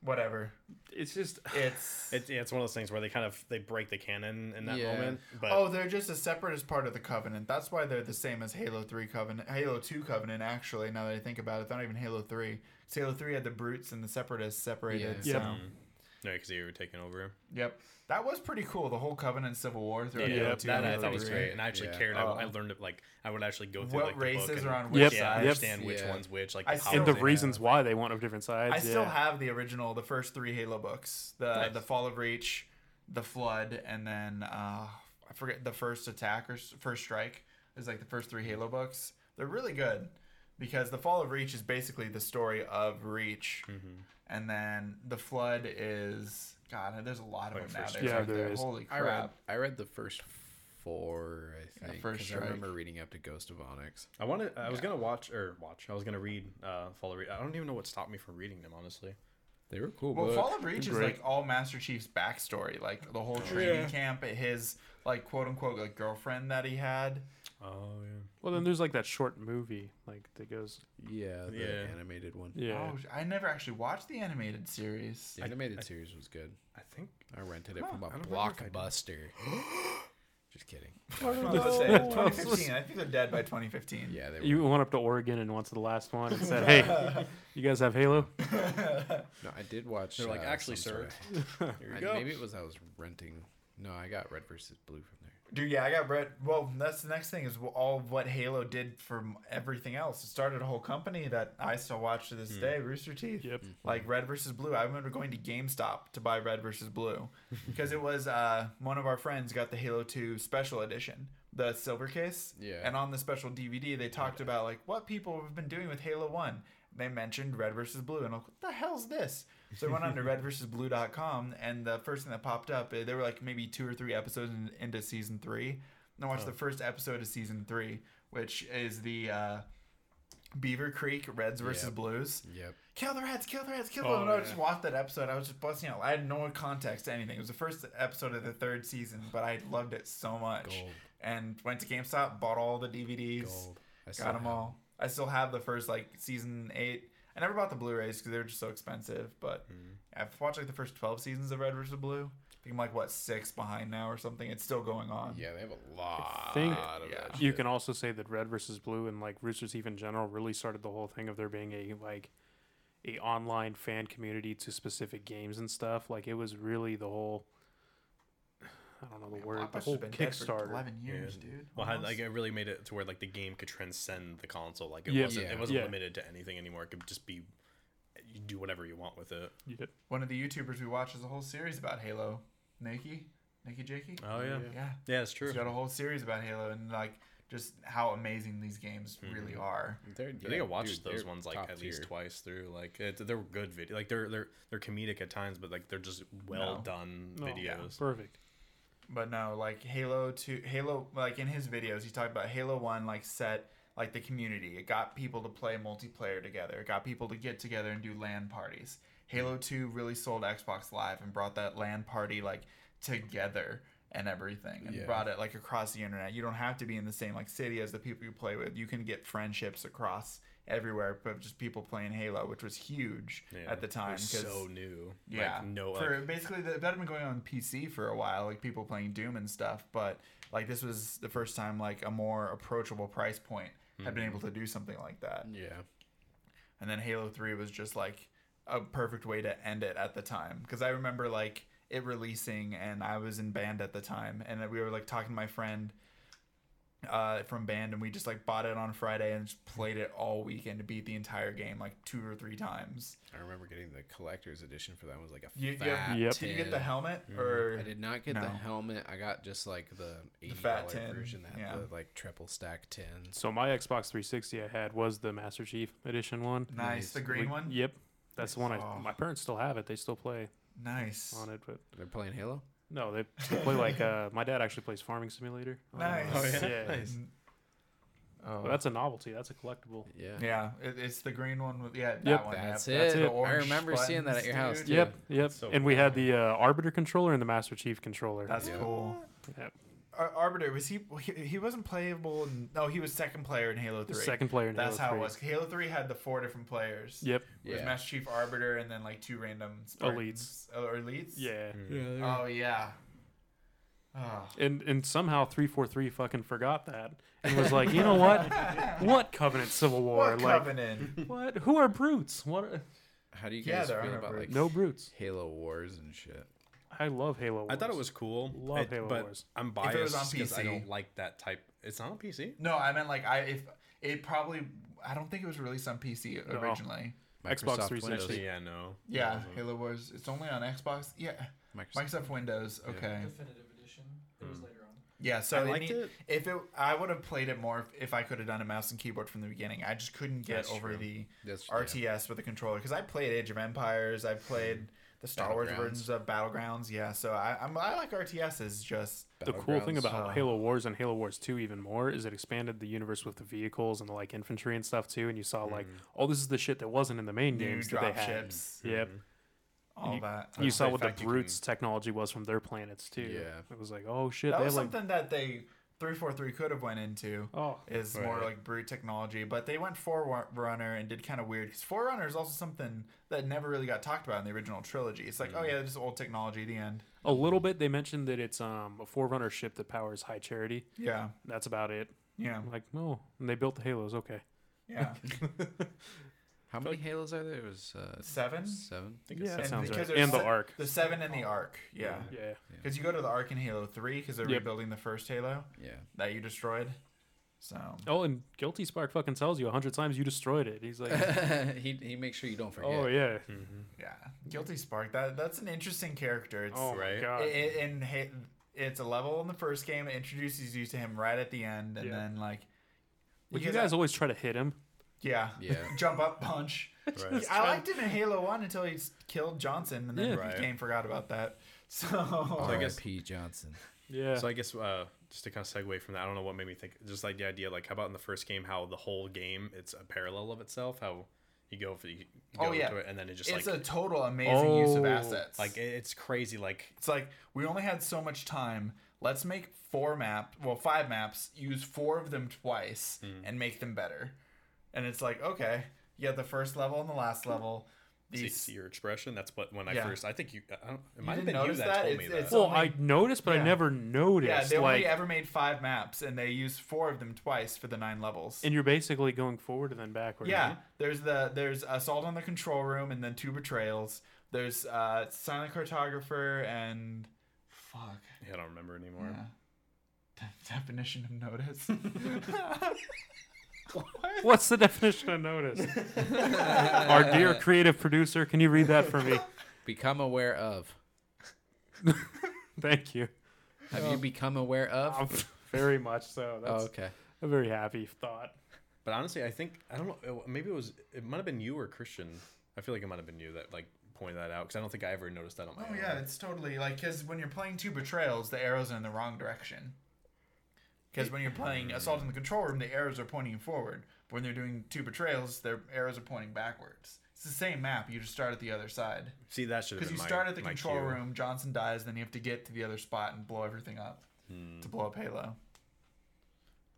Whatever. It's just It's. It, yeah, it's one of those things where they kind of they break the canon in that Yeah. moment. But Oh, they're just a separatist part of the Covenant. That's why they're the same as Halo 3 Covenant. Halo 2 Covenant, actually, now that I think about it. They're not even Halo 3. 'Cause Halo 3 had the Brutes and the Separatists separated. Yeah. So. Yep. um, no, because you were taking over. Yep. That was pretty cool, the whole Covenant Civil War throughout Yeah, Halo 2. that and I Halo thought was 3. great, and I actually Yeah. cared. Oh. I, I learned it, like I would actually go through What like the book races and, are on Yep. which Yeah, I side? understand which Yeah. ones which, like I how still- and the they- reasons why they want different sides. I still yeah. have the original, the first three Halo books: the Nice. the Fall of Reach, the Flood, and then uh, I forget the first attack or s- first strike is like the first three Halo books. They're really good because the Fall of Reach is basically the story of Reach, Mm-hmm. and then the Flood is God. There's a lot of Like them now. first There's strike. like Yeah, there the- is. Holy I read. crap! I read the first four. I Yeah, think. first 'cause I strike. remember reading up to Ghost of Onyx. I wanted. I was gonna watch or watch. I was gonna read. Uh, follow. Read. I don't even know what stopped me from reading them. Honestly, They were cool. Well, books. Fall of Reach is Great. like all Master Chief's backstory, like the Oh, whole training Yeah. camp, his like quote unquote like girlfriend that he had. oh Well, then there's like that short movie, like that goes. yeah, the Yeah. animated one. Yeah. Oh, I never actually watched the animated series. The animated series was good. I think I rented it Huh, from a I don't remember if I did. blockbuster. Just kidding. Say, 2015. I think they're dead by 2015. Yeah, they were. You went up to Oregon and went to the last one and said, "Hey, you guys have Halo?" no, I did watch. they're like uh, actually, some sir. sort of- Here I- you go. maybe it was I was renting. No, I got Red versus Blue from there. Dude, yeah, I got Brett. Well, that's the next thing is all of what Halo did for m- everything else. It started a whole company that I still watch to this day, Rooster Teeth. Yep. Like Red versus Blue. I remember going to GameStop to buy Red versus Blue because it was uh, one of our friends got the Halo 2 special edition, the silver case. Yeah. And on the special DVD, they talked about like what people have been doing with Halo 1. They mentioned Red versus Blue, and I'm like, what the hell's this? So I went on to redversusblue.com, and the first thing that popped up, eh, there were like maybe two or three episodes in, into season three. And I watched the first episode of season three, which is the uh, Beaver Creek Reds versus Yep. Blues Yep. kill the rats, kill the rats, kill Oh, them. And I yeah. just watched that episode. I was just busting out. I had no context to anything. It was the first episode of the third season, but I loved it so much. Gold. And went to GameStop, bought all the DVDs, Gold. I still got them have all. I still have the first like season eight. I never bought the Blu-rays because they were just so expensive. But I've watched like the first twelve seasons of Red vs. Blue. I'm like what six behind now or something. It's still going on. Yeah, they have a lot think- of yeah. that You shit. can also say that red versus blue and like Rooster's Teeth in general really started the whole thing of there being a like a online fan community to specific games and stuff. Like it was really the whole I don't know the word the Blockbuster's whole been dead for Kickstarter. Eleven years, dude. Well, had, almost. like it really made it to where like the game could transcend the console. Like it Yeah. wasn't Yeah. it wasn't Yeah. limited to anything anymore. It could just be you do whatever you want with it. Yeah. one of the YouTubers we watch has a whole series about Halo. Nikki, Nikki Jakey. Oh yeah, yeah, yeah, it's true. she's got a whole series about Halo and like just how amazing these games really are. They're- I think yeah, I watched dude, those they're ones like top at least tier. twice through. Like it, they're good video. Like they're they're they're comedic at times, but like they're just well No. done No. videos. Yeah. Perfect. But no, like Halo 2, Halo, like in his videos, he talked about Halo 1, like set, like the community. It got people to play multiplayer together, it got people to get together and do LAN parties. Halo 2 really sold Xbox Live and brought that LAN party, like, together and everything and Yeah. brought it, like, across the internet. You don't have to be in the same, like, city as the people you play with. You can get friendships across everywhere, but just people playing Halo, which was huge Yeah. at the time. They're 'cause- so new. yeah. like, no. Like, for basically that that had been going on PC for a while, like people playing Doom and stuff, but like this was the first time like a more approachable price point had been able to do something like that. Yeah. And then Halo 3 was just like a perfect way to end it at the time because I remember like it releasing and I was in band at the time and we were like talking to my friend uh, from band and we just like bought it on Friday and just played it all weekend to beat the entire game like two or three times. I remember getting the collector's edition for that was like a You, you fat Yep. Did you get the 10. helmet or I did not get No. the helmet. I got just like the eighty fat dollar 10, version that had yeah. the like triple stack tins. So my Xbox 360 I had was the Master Chief Edition one. Nice, the green We- one. Yep. That's the one Oh. I my parents still have it. They still play Nice. on it, but They're playing Halo. no, they they play like uh my dad actually plays Farming Simulator. on it. Nice. Oh, yeah? Yeah. Nice. Oh. Well, that's a novelty. That's a collectible. Yeah. yeah, it, it's the green one with yeah that Yep. one. That's yep. That's it. the I orange remember seeing that at your house, dude. too. Yep, yep. So and we had the uh, Arbiter controller and the Master Chief controller. That's Yeah. cool. Yep. Ar- Arbiter was he, he? He wasn't playable. In, no, he was second player in Halo the Three. second player in That's Halo how 3. it was. Mm. Halo Three had the four different players. Yep. It was Yeah. Master Chief Arbiter and then like two random Spartans- Oh, elites. Yeah. Oh yeah. Oh. And and somehow 343 fucking forgot that and was like, "You know what? what Covenant Civil War? What like Covenant? what? Who are brutes? What are... How do you Yeah, guys there feel are about no like No brutes. Halo Wars and shit? I love Halo Wars. I thought it was cool. Love it- Halo but Wars. I'm If it was biased on because I PC. don't like that type. It's not on PC. no, I meant like I if it probably. I don't think it was released on PC No. originally. Xbox Microsoft 360. Windows. Actually, yeah, no. Yeah, It wasn't. Halo Wars. It's only on Xbox. Yeah, Microsoft. Microsoft Windows. Okay. Definitive edition. It Hmm. was later on. Yeah, so I it liked need- it. if it, I would have played it more if, if I could have done a mouse and keyboard from the beginning. I just couldn't get That's over true. the That's- yeah. RTS with a controller because I played Age of Empires. I played the Star Wars Battlegrounds. versions of Battlegrounds. Yeah, so I I'm, I like RTSs. Just The cool thing Battlegrounds. about uh, Halo Wars and Halo Wars 2 even more is it expanded the universe with the vehicles and like infantry and stuff too and you saw like, "Oh, this is the shit that wasn't in the main new games that they drop had." ships, Yep. all that. you saw the what the fact you brutes technology was from their planets too. Yeah. it was like, oh shit, that they was like, something that they three four three could have went into. oh is more Right. like brute technology, but they went Forerunner and did kind of weird. Because Forerunner is also something that never really got talked about in the original trilogy. It's like, oh Mm. yeah, just old technology. The end. a little bit. They mentioned that it's um a forerunner ship that powers High Charity. Yeah, That's about it. yeah, I'm like, no, and they built the Halos. Okay, yeah. How many Halos are there? It was uh, seven. seven. I think it's that And sounds because right. there's And the se- Ark. The seven and the Arc. Yeah, Yeah, because you go to the Arc in Halo Three because they're Yep. rebuilding the first Halo Yeah. that you destroyed. So Oh, and Guilty Spark fucking tells you a hundred times you destroyed it. He's like, he he makes sure you don't forget. oh yeah, Mm-hmm, yeah, Guilty Spark. That that's an interesting character. It's oh my Right. god, it, it- and hit, it's a level in the first game. It introduces you to him right at the end, and Yeah. then like. would you because I- guys always try to hit him? Yeah. Yeah. Jump up punch. Right. I liked him in Halo One until he s- killed Johnson, and then Yeah. the Right. game forgot about that. So I R.I.P. guess- Johnson. Yeah, So I guess uh, just to kind of segue from that, I don't know what made me think. Just like the idea, like how about in the first game, how the whole game it's a parallel of itself. How you go for you go Oh, yeah. to it, and then it just it's like a total amazing use of Oh, assets. like it- it's crazy. Like it's like we only had so much time. Let's make four map, well five maps. Use four of them Hmm. twice and make them better. And it's like okay, you have the first level and the last level. See, these. see your expression. That's what when I Yeah. first. I think you. I don't, it You might have didn't been you notice that, that? told It's- me that. it's Well, only- I noticed, but yeah. I never yeah, noticed. they like, only ever made five maps, and they used four of them twice for the nine levels. and you're basically going forward and then backward. Yeah, there's the there's assault on the control room, and then two betrayals. There's uh, silent cartographer and fuck Yeah, I don't remember anymore. yeah. De- definition of notice. What's the definition of notice? Our dear creative producer, can you read that for me? Become aware of. Thank you. Have you become aware of? Um, very much so. That's Oh, okay. a very happy thought. But honestly, I think I don't know. it- Maybe it was. It might have been you or Christian. I feel like it might have been you that like pointed that out because I don't think I ever noticed that on my oh own. yeah, it's totally like because when you're playing two betrayals, the arrows are in the wrong direction. Because when you're playing assault in the control room, the arrows are pointing forward. But when they're doing two betrayals, their arrows are pointing backwards. It's the same map. You just start at the other side. See, that should have Because been you my- start at the my control cue. room, Johnson dies, then you have to get to the other spot and blow everything up to blow up Halo.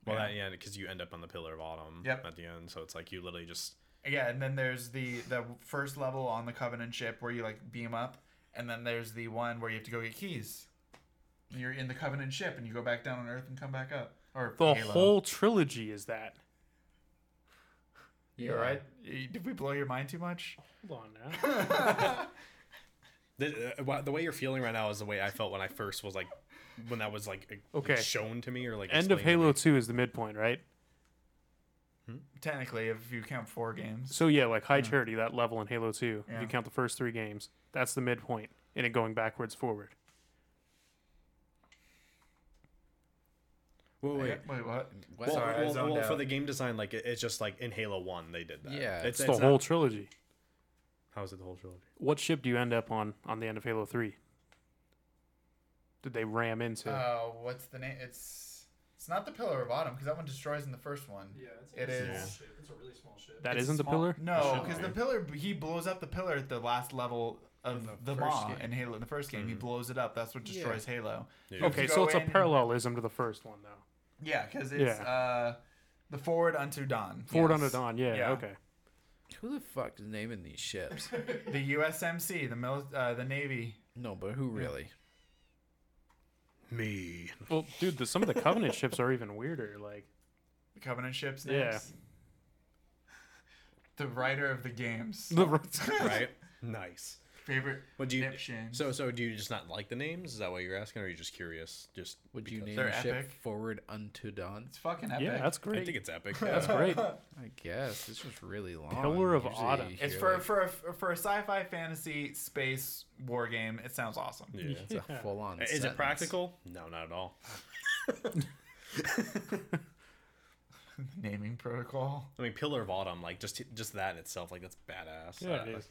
Well, Yeah. that yeah, because you end up on the Pillar of Autumn Yep. at the end, so it's like you literally just Yeah, and then there's the the first level on the Covenant ship where you like beam up, and then there's the one where you have to go get keys. You're in the Covenant ship, and you go back down on Earth and come back up. Or The Halo. whole trilogy is that. You all right? Y- Did we blow your mind too much? Hold on now. the, uh, wha- the way you're feeling right now is the way I felt when I first was like when that was like e- Okay. shown to me or like End of explained to me. Halo 2 is the midpoint, right? Technically, if you count four games. So, yeah, like High Charity, that level in Halo 2, if Mm. Yeah. you count the first three games, that's the midpoint in it going backwards forward. Wait, wait. Wait, what? What? Well, Sorry, I well, zoned well, for out. the game design, like it, it's just like in Halo One they did that. Yeah. it's, It's, the whole Not, trilogy. how is it the whole trilogy? What ship do you end up on on the end of Halo 3? Did they ram into? Oh, what's the name? It's it's not the Pillar of Autumn because that one destroys in the first one. Yeah, it's It a small is. ship. It's a really small ship. that It's isn't the small- pillar? No, should because be. the pillar he blows up the pillar at the last level of In the, the first law game. in Halo in the first game. Mm. He blows it up. That's what Yeah. destroys Halo. Yeah. If you Okay, go so it's a in and- parallelism to the first one, though. Yeah, because it's Yeah. uh the forward unto dawn. Forward Yes. under Dawn, yeah, Yeah. okay. Who the fuck is naming these ships? The USMC, the mil- uh, the Navy. No, but who really? Me. Well, dude, the, some of the Covenant ships are even weirder. Like, The Covenant ships. Yeah. Next. The writer of the games. the right. Nice. Favorite. What do you? Nipshin. So so do you just not like the names? Is that why you're asking, or are you just curious? Just Would you name They're a ship epic. Forward Unto Dawn? It's fucking epic. yeah, that's I great. think it's epic. that's yeah. great. I guess it's just really long. Pillar of Usually Autumn. you It's hear, for like, for a, for a sci-fi fantasy space war game. It sounds awesome. Yeah. it's a full on. Is it practical? No, not at all. Naming protocol. I mean, Pillar of Autumn, like just just that in itself, like that's badass. Yeah, it Uh, is.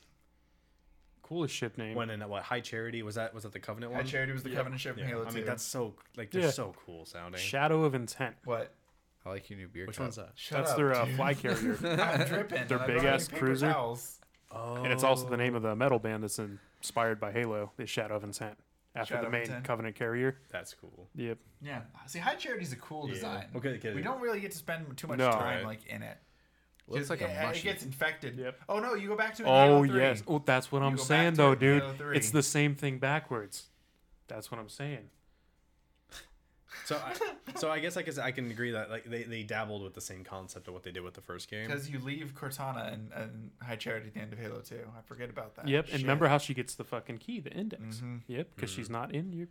Coolest ship name. When in what High Charity was that? Was that the Covenant High one? Charity was the Covenant ship in Yeah. Halo 2. I mean, that's so like they're Yeah. so cool sounding. Shadow of Intent. what? I like your new beer. Which cup. one's that? Shut that's up, their uh, dude. fly carrier, I'm dripping. Their I brought big-ass you paper cruiser. towels. Oh, and it's also the name of the metal band that's inspired by Halo. Is Shadow of Intent after Shadow the of main Intent. Covenant carrier. That's cool. Yep. Yeah. Uh, See, High Charity's a cool design. Okay, okay. We don't really get to spend too much No. time Right. like in it. Looks 'Cause like it, a it mushy. gets infected. Yep. Oh no, you go back to it in Halo Oh 3. yes. Oh, that's what You I'm go back saying to though, it in dude. Halo 3. It's the same thing backwards. That's what I'm saying. So, I, so I guess I guess I can agree that like they, they dabbled with the same concept of what they did with the first game. Because you leave Cortana and, and High Charity at the end of Halo 2. I forget about that. Yep. Ah, Shit. And remember how she gets the fucking key, the index. Mhm. Yep. Because she's not in your.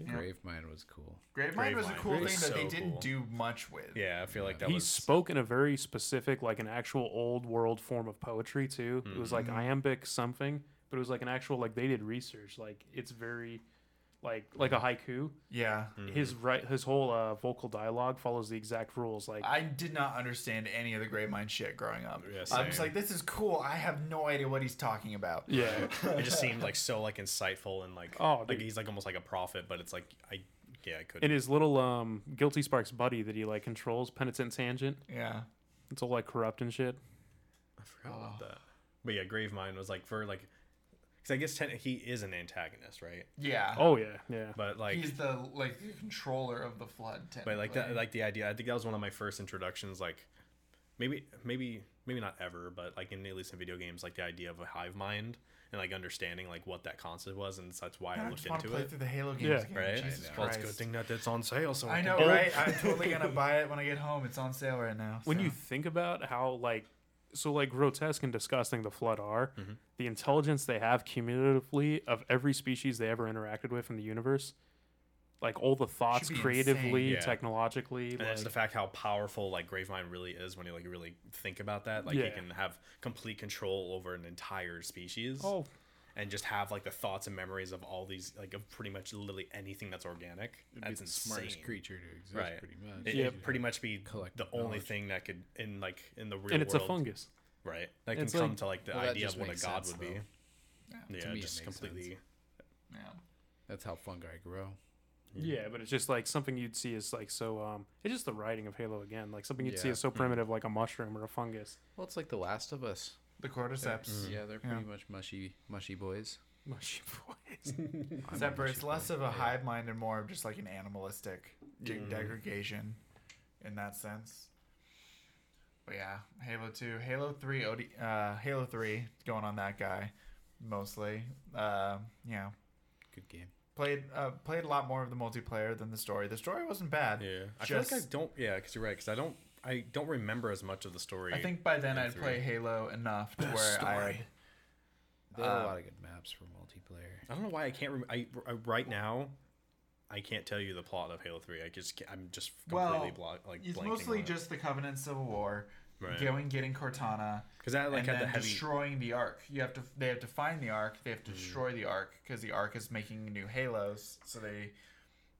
Gravemind was cool. Gravemind was a Gravemind. cool Gravemind. thing that they So didn't cool. do much with. Yeah, I feel like that he was spoke in a very specific, like an actual old world form of poetry too. It was Mm-hmm. like iambic something, but it was like an actual like they did research. Like it's very, like like a haiku. Yeah. His Mm-hmm. right, his whole uh, vocal dialogue follows the exact rules. Like I did not understand any of the Gravemind shit growing up. Yeah, I'm just same. like, this is cool. I have no idea what he's talking about. yeah, it just seemed like so like insightful and like Oh, like dude. he's like almost like a prophet, but it's like I yeah I could. and his little um guilty sparks buddy that he like controls, penitent tangent. Yeah. It's all like corrupt and shit. I forgot about that. But yeah, Gravemind was like for like because I guess ten, he is an antagonist, right? Yeah. Oh yeah, yeah. But like he's the like the controller of the flood. But like technically. that, like the idea. I think that was one of my first introductions. Like, maybe, maybe, maybe not ever, but like in at least in video games, like the idea of a hive mind and like understanding like what that concept was, and that's I why I don't looked just want to into play it. through the Halo games Yeah. again. Right? Jesus well, it's Christ. a good thing that it's on sale. So I can know, get it. right? I'm totally gonna buy it when I get home. It's on sale right now. when so. you think about how like so like grotesque and disgusting the flood are Mm-hmm. the intelligence they have cumulatively of every species they ever interacted with in the universe like all the thoughts be creatively insane. Yeah. technologically And it's the like- fact how powerful like Gravemind really is when you like really think about that. Like you Yeah. can have complete control over an entire species. oh and just have like the thoughts and memories of all these like of pretty much literally anything that's organic. It'd that's be the insane. smartest creature to exist, Right. pretty much. It, Yeah. it'd pretty much be Collect the only knowledge. thing that could in like in the real and it's world, a fungus right? That can It's come like- to like the Well, that idea of just what a makes god sense, would be. Yeah, To me, it just makes sense. completely. yeah. That's how fungi grow. yeah but it's just like something you'd see is like so um it's just the writing of halo again like something you'd see Yeah. Hmm. is so primitive like a mushroom or a fungus Well, it's like The Last of Us. The cordyceps Yeah, they're pretty much mushy, mushy boys. mushy boys I'm a separates mushy less boy. of a hive mind and more of just like an animalistic de- Mm-hmm. degradation in that sense. But yeah, Halo Two, Halo Three, OD, uh, Halo Three, going on that guy mostly. Uh, yeah, Good game. played uh, played a lot more of the multiplayer than the story. The story wasn't bad. Yeah, I just, feel like I don't. Yeah, because you're right. Because I don't. I don't remember as much of the story. I think by then in I'd three. play Halo enough to where I story. They had Uh, a lot of good maps for multiplayer. I don't know why I can't. Rem- I, I right now. I can't tell you the plot of Halo Three. I just can't, I'm just completely well, blocked. Like it's blanking mostly on it. just the Covenant Civil War, Right. going getting Cortana. because that like and had then the heavy. Hmm. destroying the arc. You have to. They have to find the arc. They have to destroy the arc because the arc is making new halos. So they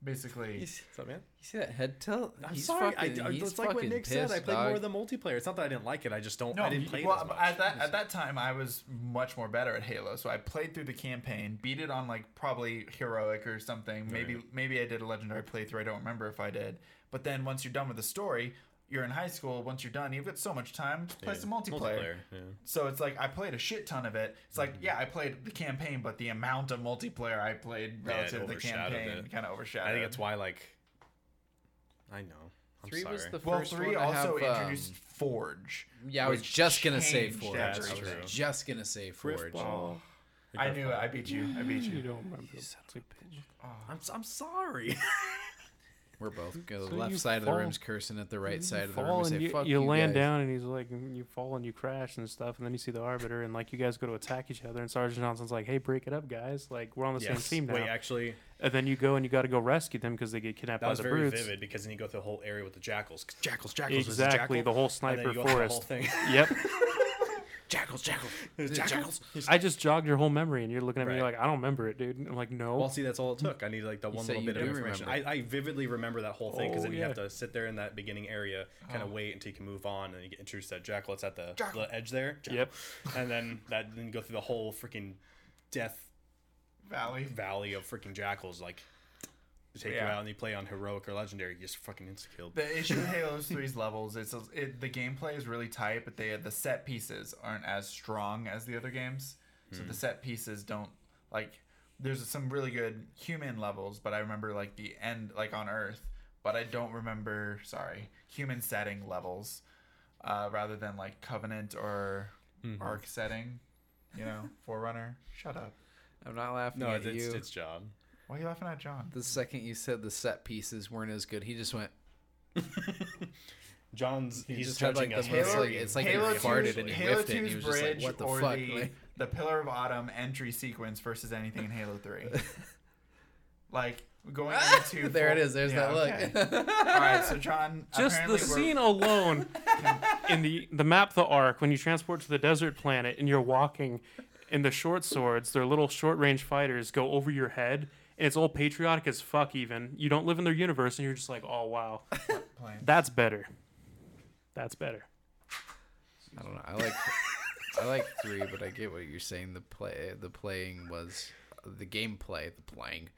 basically. What's up, man? You see that head tilt? I'm He's sorry. fucking- I, I, he's it's like what fucking Nick said. I pissed, played more dog. of the multiplayer. It's not that I didn't like it. I just don't. No, I didn't play it well, as much. at that at that time I was much more better at Halo, so I played through the campaign, beat it on like probably heroic or something. Maybe maybe I did a legendary playthrough. I don't remember if I did. But then once you're done with the story, you're in high school. Once you're done, you've got so much time to play Yeah. some multiplayer. yeah. So it's like I played a shit ton of it. It's Mm-hmm. like yeah, I played the campaign, but the amount of multiplayer I played Yeah, it relative to the overshadowed campaign it. kind of overshadowed. I think that's why. Like, I know. I'm Three sorry. was the first Well, three one to also have, um, introduced Forge. Yeah, I was which just gonna say changed Forge. I was everything. That's true. just gonna say Forge. Griffball. I knew it. I beat you. I beat Oh, you you. don't remember the multiplayer. I'm. s- I'm sorry. We're both go the So left you side of fall- the room's cursing at the right You side of the fall room. We say, and you, "Fuck you land guys." down and he's like and you fall and you crash and stuff and then you see the arbiter and like you guys go to attack each other and sergeant johnson's like hey break it up guys like we're on the yes. same team now Wait, actually, and then you go and you got to go rescue them because they get kidnapped that by was the very brutes vivid because then you go through the whole area with the jackals. 'Cause Jackals, jackals. there's a exactly jackal, the whole and then sniper you go through the whole forest thing. yep Jackals, jackals, jackals. i just jogged your whole memory and you're looking at me Right. like i don't remember it dude and i'm like no Well, see, that's all it took. I need like the one said little Hmm. bit you of do information. I, remember. I vividly remember that whole thing because Oh, then you have yeah. to sit there in that beginning area, kind Oh. of wait until you can move on, and then you get introduced to that jackal. It's at the, Jackal. the edge there. Yep. Jackal. and then that then you go through the whole freaking death Valley. valley of freaking jackals. Like they take you Yeah. out and you play on heroic or legendary, you just fucking insta killed. The issue with Halo 3's levels is it, the gameplay is really tight, but they the set pieces aren't as strong as the other games. So the set pieces don't like. There's some really good human levels, but I remember like the end, like on Earth, but I don't remember. Sorry, human setting levels, uh, rather than like Covenant or Arc setting. You know, Forerunner. Mm-hmm. Shut up. I'm not laughing No, at it's, it's you. it's John. Why are you laughing at John? The second you said the set pieces weren't as good, he just went. John's he's just had, judging like, us. the very most, like- it's like he farted 2's and he Halo whiffed it, and 2's he was just like, "What the or fuck?" The, Like- the Pillar of Autumn entry sequence versus anything in Halo 3. like, going into. Ah, There it full- is. There's Yeah, that okay. look. All right, so John. just the apparently we're- scene alone in the the map the arc when you transport to the desert planet and you're walking and the short swords their little short range fighters go over your head and it's all patriotic as fuck even you don't live in their universe and you're just like oh wow Planes. that's better that's better I don't know. I like I like three, but I get what you're saying. The play the playing was the gameplay, the playing.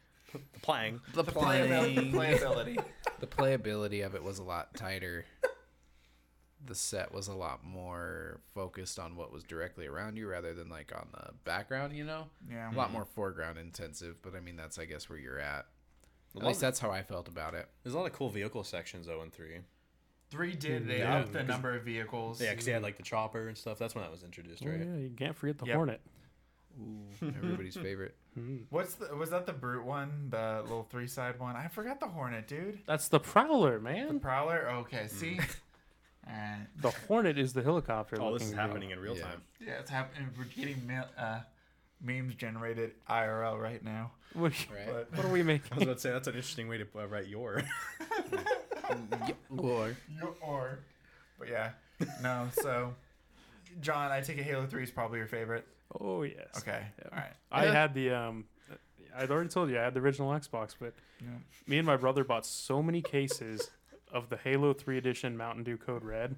playing. The, Playability. playing playability. the playability of it was a lot tighter. The set was a lot more focused on what was directly around you rather than like on the background, you know? Yeah. A lot more foreground intensive, but I mean that's I guess where you're at. At lot least of- that's how I felt about it. There's a lot of cool vehicle sections though in three. Three did. They Yeah. upped the number of vehicles. Yeah, because they had like the chopper and stuff. That's when I was introduced, Oh, right? yeah, you can't forget the Yep. Hornet. Everybody's favorite. What's the, was that the brute one, the little three side one? I forgot the hornet, dude. That's the Prowler, The man. prowler. Hmm. Okay, see. All right. The Hornet is the helicopter. Oh, this is looking happening in real Yeah. time. Yeah, it's happening. We're getting mil- uh, memes generated IRL right now. thing. What, are you- Right. But what are we I making? was about to say that's an interesting way to uh, write your. Lord. you or, but yeah, no. So, John, I take it Halo Three is probably your favorite. Oh yes. Okay. All right. I Yeah. had the um, I'd already told you I had the original Xbox, but Yeah. me and my brother bought so many cases of the Halo Three Edition Mountain Dew Code Red.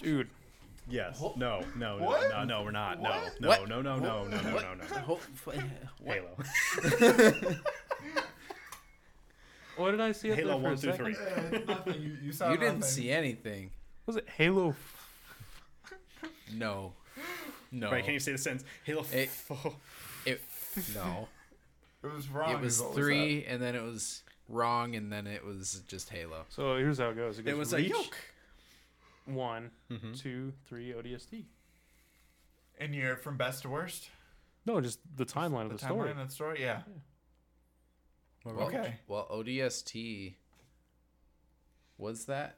Dude, yes. No. No. No. What? No. No. We're not. No. What? No. What? No. No. No. No. No. No. What? No. Halo. what did I see up Halo there for one a through second? three. nothing. You, you saw. You didn't see anything. Was it Halo? f- No. No. Right? Can you say the sentence? Halo. It- four. It, no. It was wrong. It was is what up. three, and then it was wrong, and then it was just Halo. So here's how it goes. It, It goes was like Reach, yoke. Mm-hmm. one, two, three, ODST. And you're from best to worst. No, just the timeline of the, The story. timeline of the story. Yeah. Well, Okay. Well, ODST was that?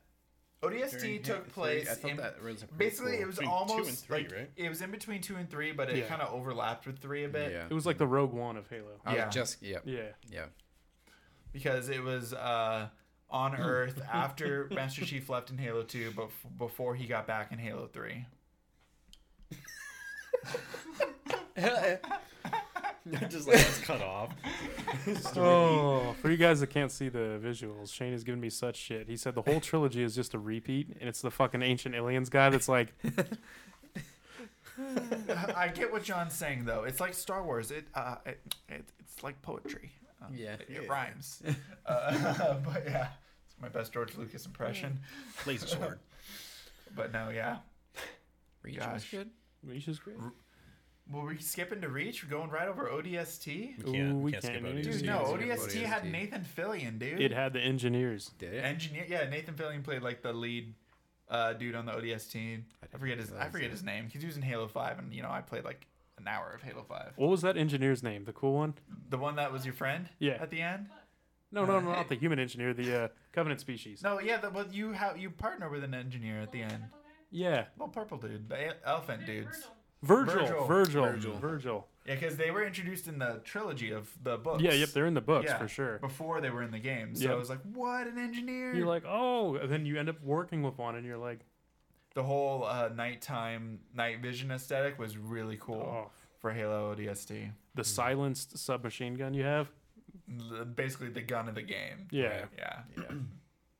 ODST During Halo took three, place. I thought in- that was a prequel. basically, it was Between two and almost three, like right? it was in between two and three, but it Yeah. kind of overlapped with three a bit. Yeah. It was like the Rogue One of Halo. I Yeah. was just yeah. Yeah. Yeah. because it was uh, on Earth after Master Chief left in Halo 2, but f- before he got back in Halo 3. just like that's cut off. Oh, for you guys that can't see the visuals, Shane is giving me such shit. He said the whole trilogy is just a repeat, and it's the fucking ancient aliens guy that's like, I get what John's saying though. It's like Star Wars. It, uh, it, it it's like poetry. Uh, Yeah. it, it rhymes. uh, but yeah, it's my best George Lucas impression. Laser sword. But no, yeah. Reach was Gosh. good. Reach is great. Well, we skipping to Reach. We're going right over ODST. We can't. Ooh, we we can't skip can't. ODST. Dude, ODST. no, ODST. ODST had ODST. Nathan Fillion, dude. It had the engineers. Did it? engineer. Yeah, Nathan Fillion played like the lead uh, dude on the ODS team. I, didn't forget his. I realize forget that. his name. 'cause He was in Halo Five, and you know I played like an hour of Halo Five. What was that engineer's name? The cool one? The one that was your friend. Yeah. At the end. No, no, Uh, no, not the human engineer. The uh, Covenant species. No, yeah, the, well, you have you partner with an engineer at the end. Yeah, Well, purple dude, the e- elephant dudes. Virgil. Virgil. Virgil. Virgil. Virgil. Yeah, because they were introduced in the trilogy of the books. Yeah, yep, they're in the books Yeah, for sure. Before they were in the game, so Yep. I was like, "What an engineer!" You're like, oh, and then you end up working with one, and you're like, the whole uh, nighttime night vision aesthetic was really cool oh, for Halo ODST. the silenced submachine gun you have. L- basically the gun of the game. Yeah. Right. Yeah.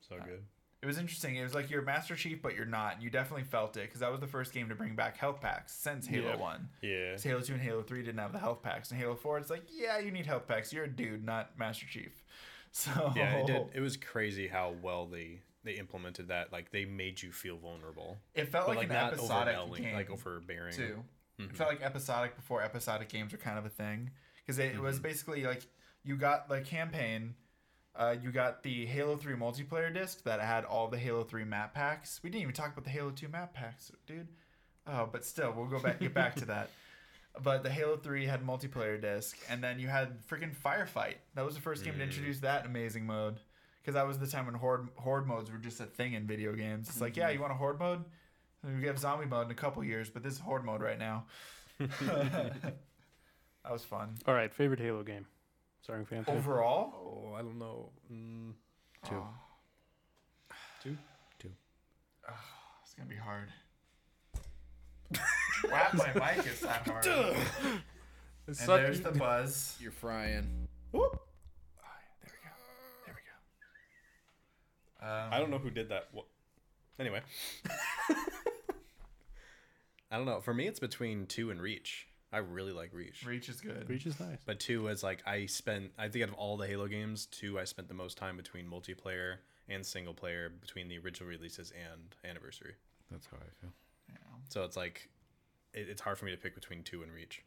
So good. It was interesting. It was like you're Master Chief, but you're not. You definitely felt it because that was the first game to bring back health packs since Halo Yeah. 1. Yeah. 'Cause Halo 2 and Halo 3 didn't have the health packs. And Halo 4, it's like, yeah, you need health packs. You're a dude, not Master Chief. So, Yeah, it Oh. did. It was crazy how well they they implemented that. Like they made you feel vulnerable, it felt but like, like, an not episodic overwhelming, game, like overbearing. too. It felt like episodic before episodic games were kind of a thing. Because it, it was basically like you got the campaign, uh, you got the Halo 3 multiplayer disc that had all the Halo 3 map packs. We didn't even talk about the Halo 2 map packs, dude. Oh, but still, we'll go back get back to that. But the Halo 3 had multiplayer disc, and then you had freaking Firefight. That was the first game to introduce that amazing mode. Because that was the time when horde horde modes were just a thing in video games. It's like, yeah, you want a horde mode? We have zombie mode in a couple years, but this is horde mode right now. that was fun. All right, favorite Halo game. Starring fan. favorite. Overall, Oh, I don't know. Mm, Two. Two? Two. Oh. Ugh, it's gonna be hard. Whap my mic is that hard. and It's such- there's the buzz. You're frying. Whoop. Oh, yeah, there we go. There we go. Um, I don't know who did that. What? Anyway, I don't know. For me, it's between two and Reach. I really like Reach, Reach is good. Reach is nice. but two is like I spent. I think out of all the Halo games, two I spent the most time between multiplayer and single player between the original releases and anniversary. That's how I feel. So it's like it, it's hard for me to pick between two and Reach.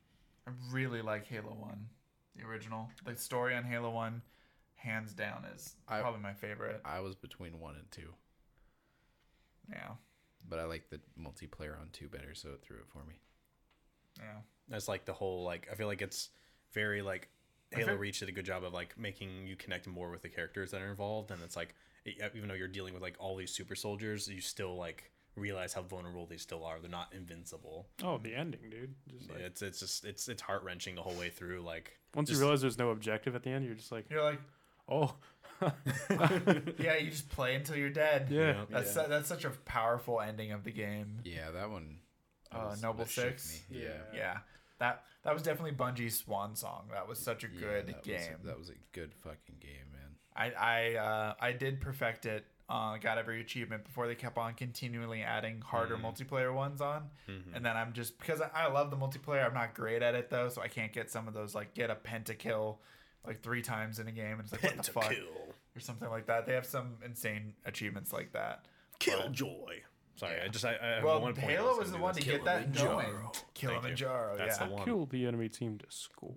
I really like Halo One, the original. The story on Halo One, hands down, is I- probably my favorite. I was between one and two. Yeah. but I like the multiplayer on two better, so it threw it for me. Yeah. That's like the whole like I feel like it's very like Halo favorite- Reach did a good job of like making you connect more with the characters that are involved, and it's like e- even though you're dealing with like all these super soldiers, you still like realize how vulnerable they still are. They're not invincible. Oh, the ending, dude. Just like, It's it's just it's it's heart wrenching the whole way through. Like once just- you realize there's no objective at the end, you're just like, You're like, oh, yeah, you just play until you're dead. yeah. you know, That's su- that's such a powerful ending of the game. Yeah, that one. that Uh, was- Noble that shook Six? me. Yeah. Yeah. That that was definitely Bungie's swan song. That was such a Yeah, good that game. Was a, that was a good fucking game, man. I I uh, I did perfect it. Uh, got every achievement before they kept on continually adding harder Mm-hmm. multiplayer ones on, and then I'm just because I, I love the multiplayer. I'm not great at it though, so I can't get some of those like get a pentakill like three times in a game. And it's like what the fuck Pentakill. or something like that. They have some insane achievements like that. Killjoy. Sorry, I just I, I at well, one point I Halo was gonna the do one to this. get that going. Kilimanjaro. Kilimanjaro, That's yeah, the one. Kill the enemy team to score.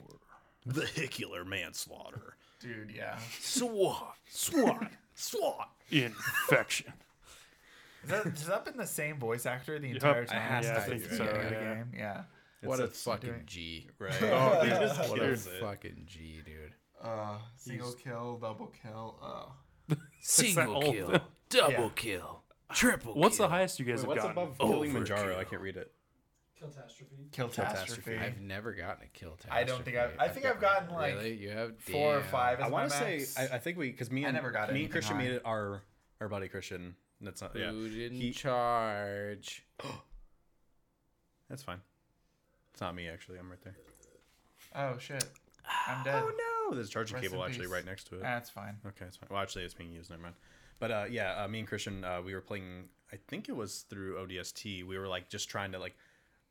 Vehicular manslaughter. dude, yeah. SWAT. SWAT. SWAT. Infection. Is that, has that been the same voice actor the entire time? has Yeah, to I be, think it's so, the yeah. game, yeah. What a it's fucking doing- G. Right. Oh, Oh, What Dude. a That's it. fucking G, dude. Uh, single kill, double kill. Oh, Single old- kill, double kill, triple. What's the highest you guys have What's gotten? above Overkill. Kilimanjaro? I can't read it. Catastrophe. kill Catastrophe. catastrophe. I've never gotten a kill. I don't think I've- I think I've gotten, like, really? you have Four or Damn. five. Is I want to say I, I think we because me I and never got me anything and Christian high. made it our our buddy Christian. That's not yeah. Who didn't He- charge? That's fine. It's not me actually. I'm right there. oh shit, I'm dead. Oh no, there's a charging Rest cable in actually peace. right next to it. That's fine. Okay, it's fine. Well, actually, it's being used. Never mind. But uh, yeah, uh, me and Christian, uh, we were playing. I think it was through ODST. We were like just trying to like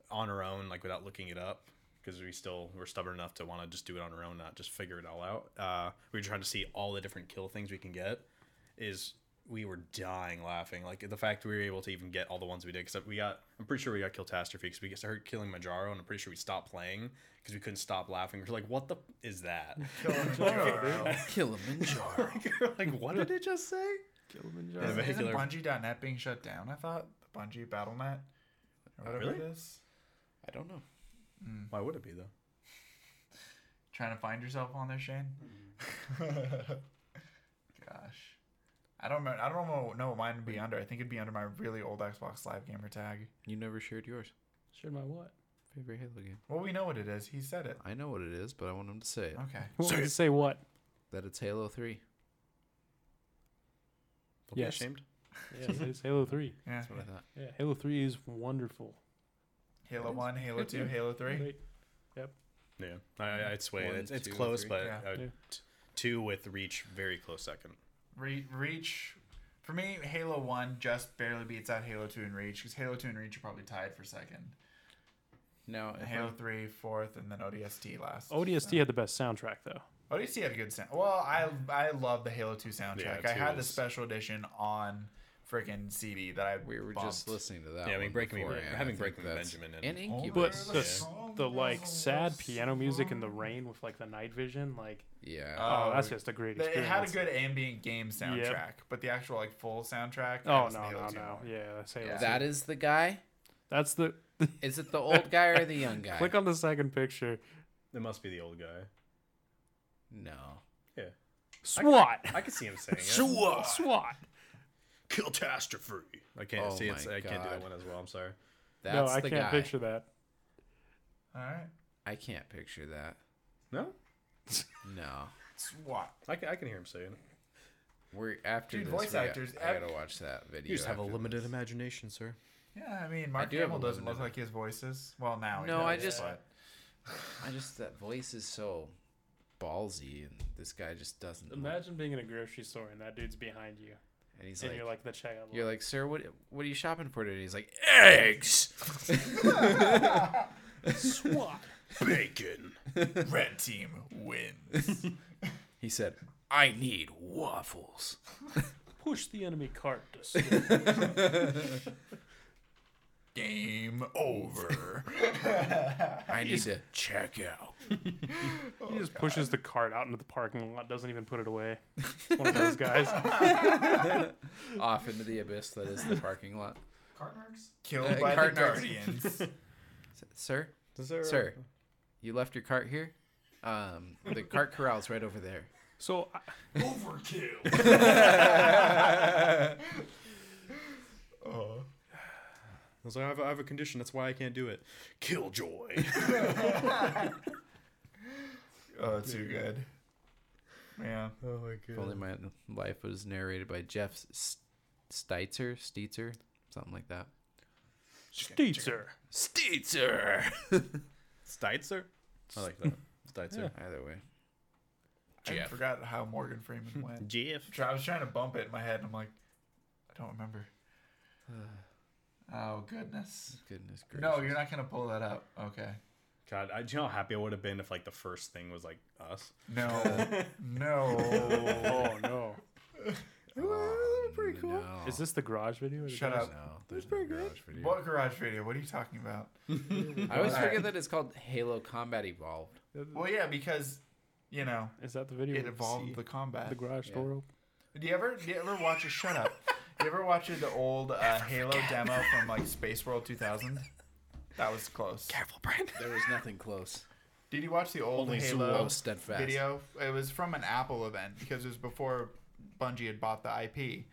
on our own, like without looking it up, because we still were stubborn enough to want to just do it on our own, not just figure it all out. Uh, we were trying to see all the different kill things we can get. Is we were dying laughing, like the fact we were able to even get all the ones we did. Except we got, I'm pretty sure we got Killtastrophe because we started killing Majaro, and I'm pretty sure we stopped playing because we couldn't stop laughing. We're like, what the f- is that? Kilimanjaro. Kilimanjaro. You're like, what did it just say? Isn't, Yeah, isn't vehicular- Bungie.net being shut down? I thought the Bungie BattleNet or whatever really? it is. Hmm. I don't know. Why would it be though? Trying to find yourself on there, Shane. Gosh, I don't remember. I don't know, know what mine would be under. I think it'd be under my really old Xbox Live gamer tag. You never shared yours. Shared my what? Favorite Halo game. Well, we know what it is. He said it. I know what it is, but I want him to say it. Okay. What would you say what? That it's Halo Three. Don't be Yes. ashamed. Yeah, it's Halo 3. Yeah. That's what I thought. Yeah, Halo 3 is wonderful. Halo One, Halo Two, Halo Three. Great. Yeah, I, I, I'd sway. One, it's it's two, close, three. but Yeah. uh, Yeah. t- two with reach very close second. Re- Reach. For me, Halo One just barely beats out Halo Two and Reach because Halo Two and Reach are probably tied for second. Now, if Halo I'm- Three fourth, and then ODST last. ODST had the best soundtrack, though. ODST had a good sound. Well, I I love the Halo Two soundtrack. I Yeah, had two the is- special edition on freaking CD that I we were bumped. just listening to that. Yeah, I mean, one Breaking Me- beforehand, we're having I think Breaking Me that's- Benjamin and- and Oh, But Incubus. the- the, s- the like sad piano music in the rain with like the night vision, like yeah. Uh, oh, that's Oh, just a great They- It experience. had a good ambient game soundtrack, but the actual like full soundtrack. oh that's the no Halo no 2 no one. yeah that's Halo. Yeah. that is the guy. That's the Is it the old guy or the young guy? click on the second picture. It must be the old guy. no. Yeah, SWAT I can see him saying it. SWAT SWAT. Catastrophe. I can't Oh see. It's, my I can't do God. that one as well. I'm sorry. That's no, I the can't guy. picture that. All right. I can't picture that. No, No. SWAT. I can, I can hear him saying. it. We're after Dude, this. voice we got- actors, I ev- gotta watch that video. You just have a after limited this. imagination, sir. Yeah, I mean, Mark do have Hamill a doesn't limited- look like his voices. Well, now he No, I does, just- but- I just that voice is so ballsy, and this guy just doesn't. look- Imagine being in a grocery store and that dude's behind you, and he's and like, you're like the checkout. you're line. like, sir, what what are you shopping for today? He's like, eggs. SWAT. Bacon. Red team wins. He said, I need waffles. Push the enemy cart to. Game over. I need to. Check out. He Oh, just pushes the cart out into the parking lot, doesn't even put it away. One of those guys. off into the abyss that is the parking lot. Cart marks? Killed Uh, by the Card Knights. Guardians. Sir, Sir. sir, you left your cart here. Um, the cart corral's right over there. So I, Overkill. oh. I was like, I have, I have a condition. That's why I can't do it. Killjoy. oh, too good. Yeah. oh my If only my life was narrated by Jeff S- Steitzer, Steitzer, something like that. Steitzer. Steitzer. Steitzer? I like that. Steitzer. Either way, I forgot how Morgan Freeman went. Jeff. Try- I was trying to bump it in my head, and I'm like, I don't remember. oh goodness. goodness gracious. No, you're not gonna pull that up. Okay. God, I, do you know how happy I would have been if like the first thing was like us? No. no. Oh no! Oh, pretty cool. No. Is this the garage video? Is Shut it- up. No, there's no garage video. What garage radio? What are you talking about? I always Alright. forget that it's called Halo Combat Evolved. Well, yeah, because you know Is that the video? it with evolved the The combat. garage Yeah. door open. Do you ever? Do you ever watch a shut up? Do you ever watch the old uh, Halo demo from like Space World 2000? That was close. There was nothing close. Did you watch the old Only Halo Oh, steadfast. video? It was from an Apple event because it was before Bungie had bought the IP,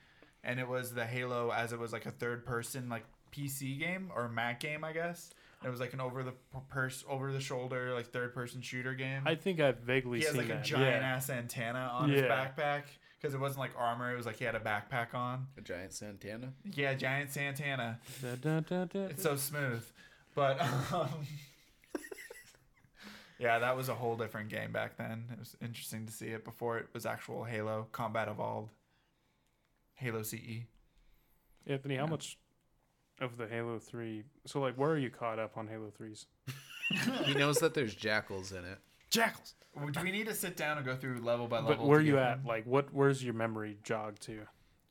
and it was the Halo as it was like a third person like PC game or Mac game, I guess. And it was like an over the purse, over the shoulder, like third person shooter game. I think I've vaguely he has seen like that. a giant yeah. ass antenna on his Yeah. backpack because it wasn't like armor; it was like he had a backpack on. A giant Santana. Yeah, giant Santana. Da, da, da, da. It's so smooth, but um, yeah, that was a whole different game back then. It was interesting to see it before it was actual Halo Combat Evolved, Halo E. CE. Anthony, how Yeah. much of the Halo Three? So like, where are you caught up on Halo 3s? He knows that there's jackals in it. Jackals. Do we need to sit down and go through level by level? But where are to you get at? them? Like, what? Where's your memory jog to?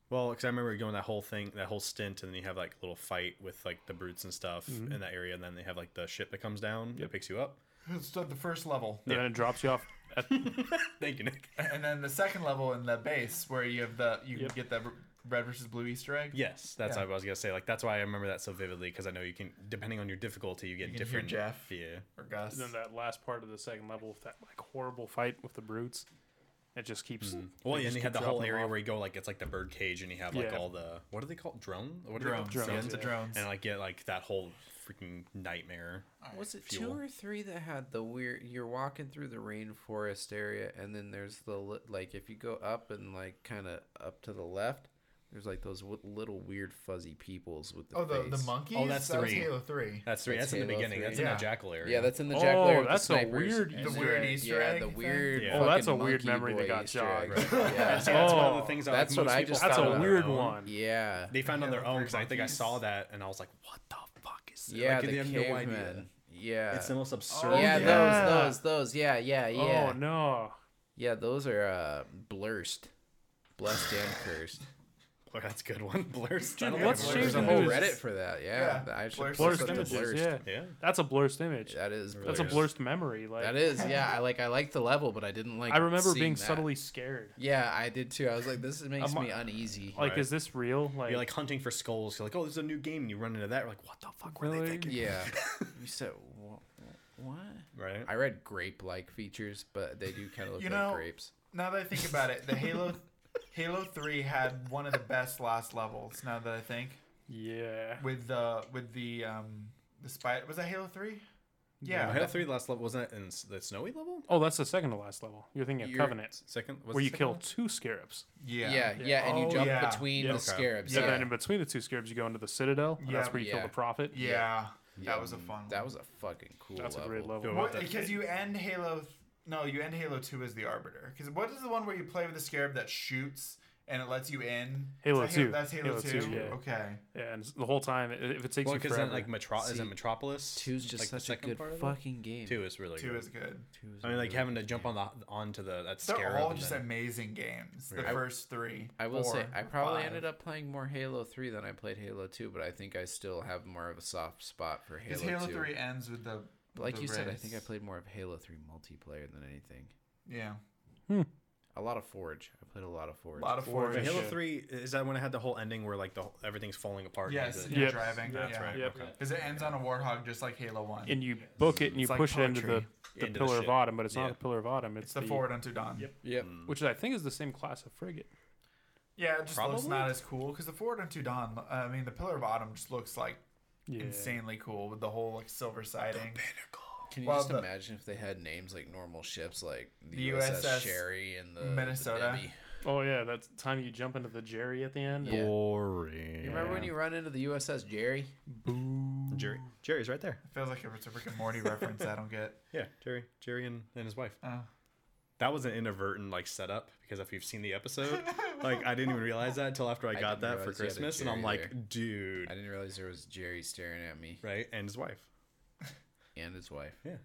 Well, because I remember going that whole thing, that whole stint, and then you have like a little fight with like the brutes and stuff in that area, and then they have like the ship that comes down, it picks you up. Let's start the first level, And then it drops you off. At, Thank you, Nick. and then the second level in the base where you have the you Yep. get the red versus blue Easter egg. Yes, that's Yeah. what I was gonna say. Like that's why I remember that so vividly because I know you can, depending on your difficulty, you get You can hear different. Jeff. Yeah. Or Gus. then that last part of the second level with that like horrible fight with the brutes. It just keeps. Mm-hmm. Well, they yeah, and just you had keep the whole dropping them area off. where you go like it's like the bird cage, and you have like Yeah. all the what are they called? Drone? What are drones. They called? Drones. Drones, The yeah. drones. And like get like that whole freaking nightmare. Was it Fuel. two or three that had the weird? You're walking through the rainforest area, and then there's the li- like if you go up and like kind of up to the left, there's like those w- little weird fuzzy peoples with the oh, the, the face. monkeys. Oh, that's that was three. Halo three. That's three. That's That's, in the Halo beginning. 3. That's in Yeah. the jackal area. Yeah, that's in the Oh, jack layer. with that's a the snipers. weird- And The then- weird Easter yeah, egg the thing? weird. Yeah. Oh, that's fucking a weird monkey memory that boy got Easter jogged. egg. So Yeah. that's one of the Oh, things that's that's what what I people just found That's thought on a of their weird own. one. yeah. They found on Yeah, their own three because I think I monkeys. saw that and I was like, "What the fuck is that?" Yeah, like, the they have no idea. cavemen. Yeah. It's the most absurd. yeah, thing. Oh, yeah. those, those, those. Yeah, yeah, yeah. Oh no! Yeah, those are uh, blurst. Blessed and cursed. Boy, that's a good one. Blur's. I don't what's think I've James There's a ever- Dude, whole it's- Reddit for that. Yeah, Yeah, the- I should blurst post Blurst up the images. blurst. Yeah, Yeah, that's a blurst image. That is. That's a Yes. blurst memory. Like That is. Yeah, I like. I like the level, but I didn't like. I remember seeing being that. subtly scared. Yeah, I did too. I was like, this makes I'm- me uneasy. Like, Right. is this real? Like, You're like hunting for skulls. You're like, "Oh, there's a new game," and you run into that. You're like, "What the fuck were Really? they thinking?" yeah. You said what? What? Right. I read grape-like features, but they do kind of look You like know- grapes. Now that I think about it, the Halo Halo 3 had one of the best last levels. Now that I think, yeah. with the with the um the spider was that Halo 3? Yeah. Oh, Halo Three last level wasn't it in s- the snowy level? Oh, that's the second to last level. You're thinking of You're- Covenant, Second. Was where the you second kill one? two scarabs. Yeah. Yeah, yeah, and you Oh, jump yeah. between Yeah, the okay. scarabs. So Yeah, then in between the two scarabs, you go into the Citadel. and that's Yeah. where you kill Yeah. the Prophet. Yeah. Yeah. That was a fun. That was a fucking cool That's a level. great level. Go one. about What- that. because you end Halo no, you end Halo 2 as the arbiter. Cuz what is the one where you play with the scarab that shoots and it lets you in. Halo Is that 2. That's Halo, Halo 2. 2, yeah. Okay. and the whole time, i- if it takes Well, you because forever, then like Metro- is See, it Metropolis? Two's like, just the such a second good part of it? fucking game. Two is really Two good. is good. Two is I mean, a like really having good to jump game. on the onto the that They're scarab. all and just then- amazing games. The Right. first three. I will say, four, I probably five. ended up playing more Halo 3 than I played Halo 2, but I think I still have more of a soft spot for Halo, Because Halo 2. 3 ends with the. But like the you said, I race. think I played more of Halo 3 multiplayer than anything. Yeah. A lot of Forge. I played a lot of Forge. A lot of Forge. Wait, Forge. Halo shit. Three is that when it had the whole ending where like the whole- everything's falling apart. and Yes, the- you're Yep. driving. That's yeah. right. Yep. Okay. Because it ends on a Warhog just like Halo 1. and you book it and you It's like push it into the, poetry. the Into the pillar of ship. autumn, but it's Yeah. not the pillar of autumn. It's, it's the forward unto dawn. Yep. which I think is the same class of frigate. Yeah, it just looks Probably. not as cool because the forward unto dawn. I mean, the pillar of autumn just looks like Yeah. insanely cool with the whole like silver siding. Can you Well, just the- imagine if they had names like normal ships, like the, The USS, USS Sherry and the the Minnesota. Debbie? Oh yeah, that's the time you jump into the Jerry at the end. Yeah. Boring. You remember when you run into the USS Jerry? Jerry? Jerry's right there. It feels like if it's a Rick and Morty reference, I don't get. Yeah, Jerry, Jerry, and, and his wife. Oh. That was an inadvertent like setup because if you've seen the episode, like I didn't even realize that until after I got didn't that for realize you had a Christmas, and I'm Jerry like, there. dude, I didn't realize there was Jerry staring at me right? And his wife. and his wife. Yeah.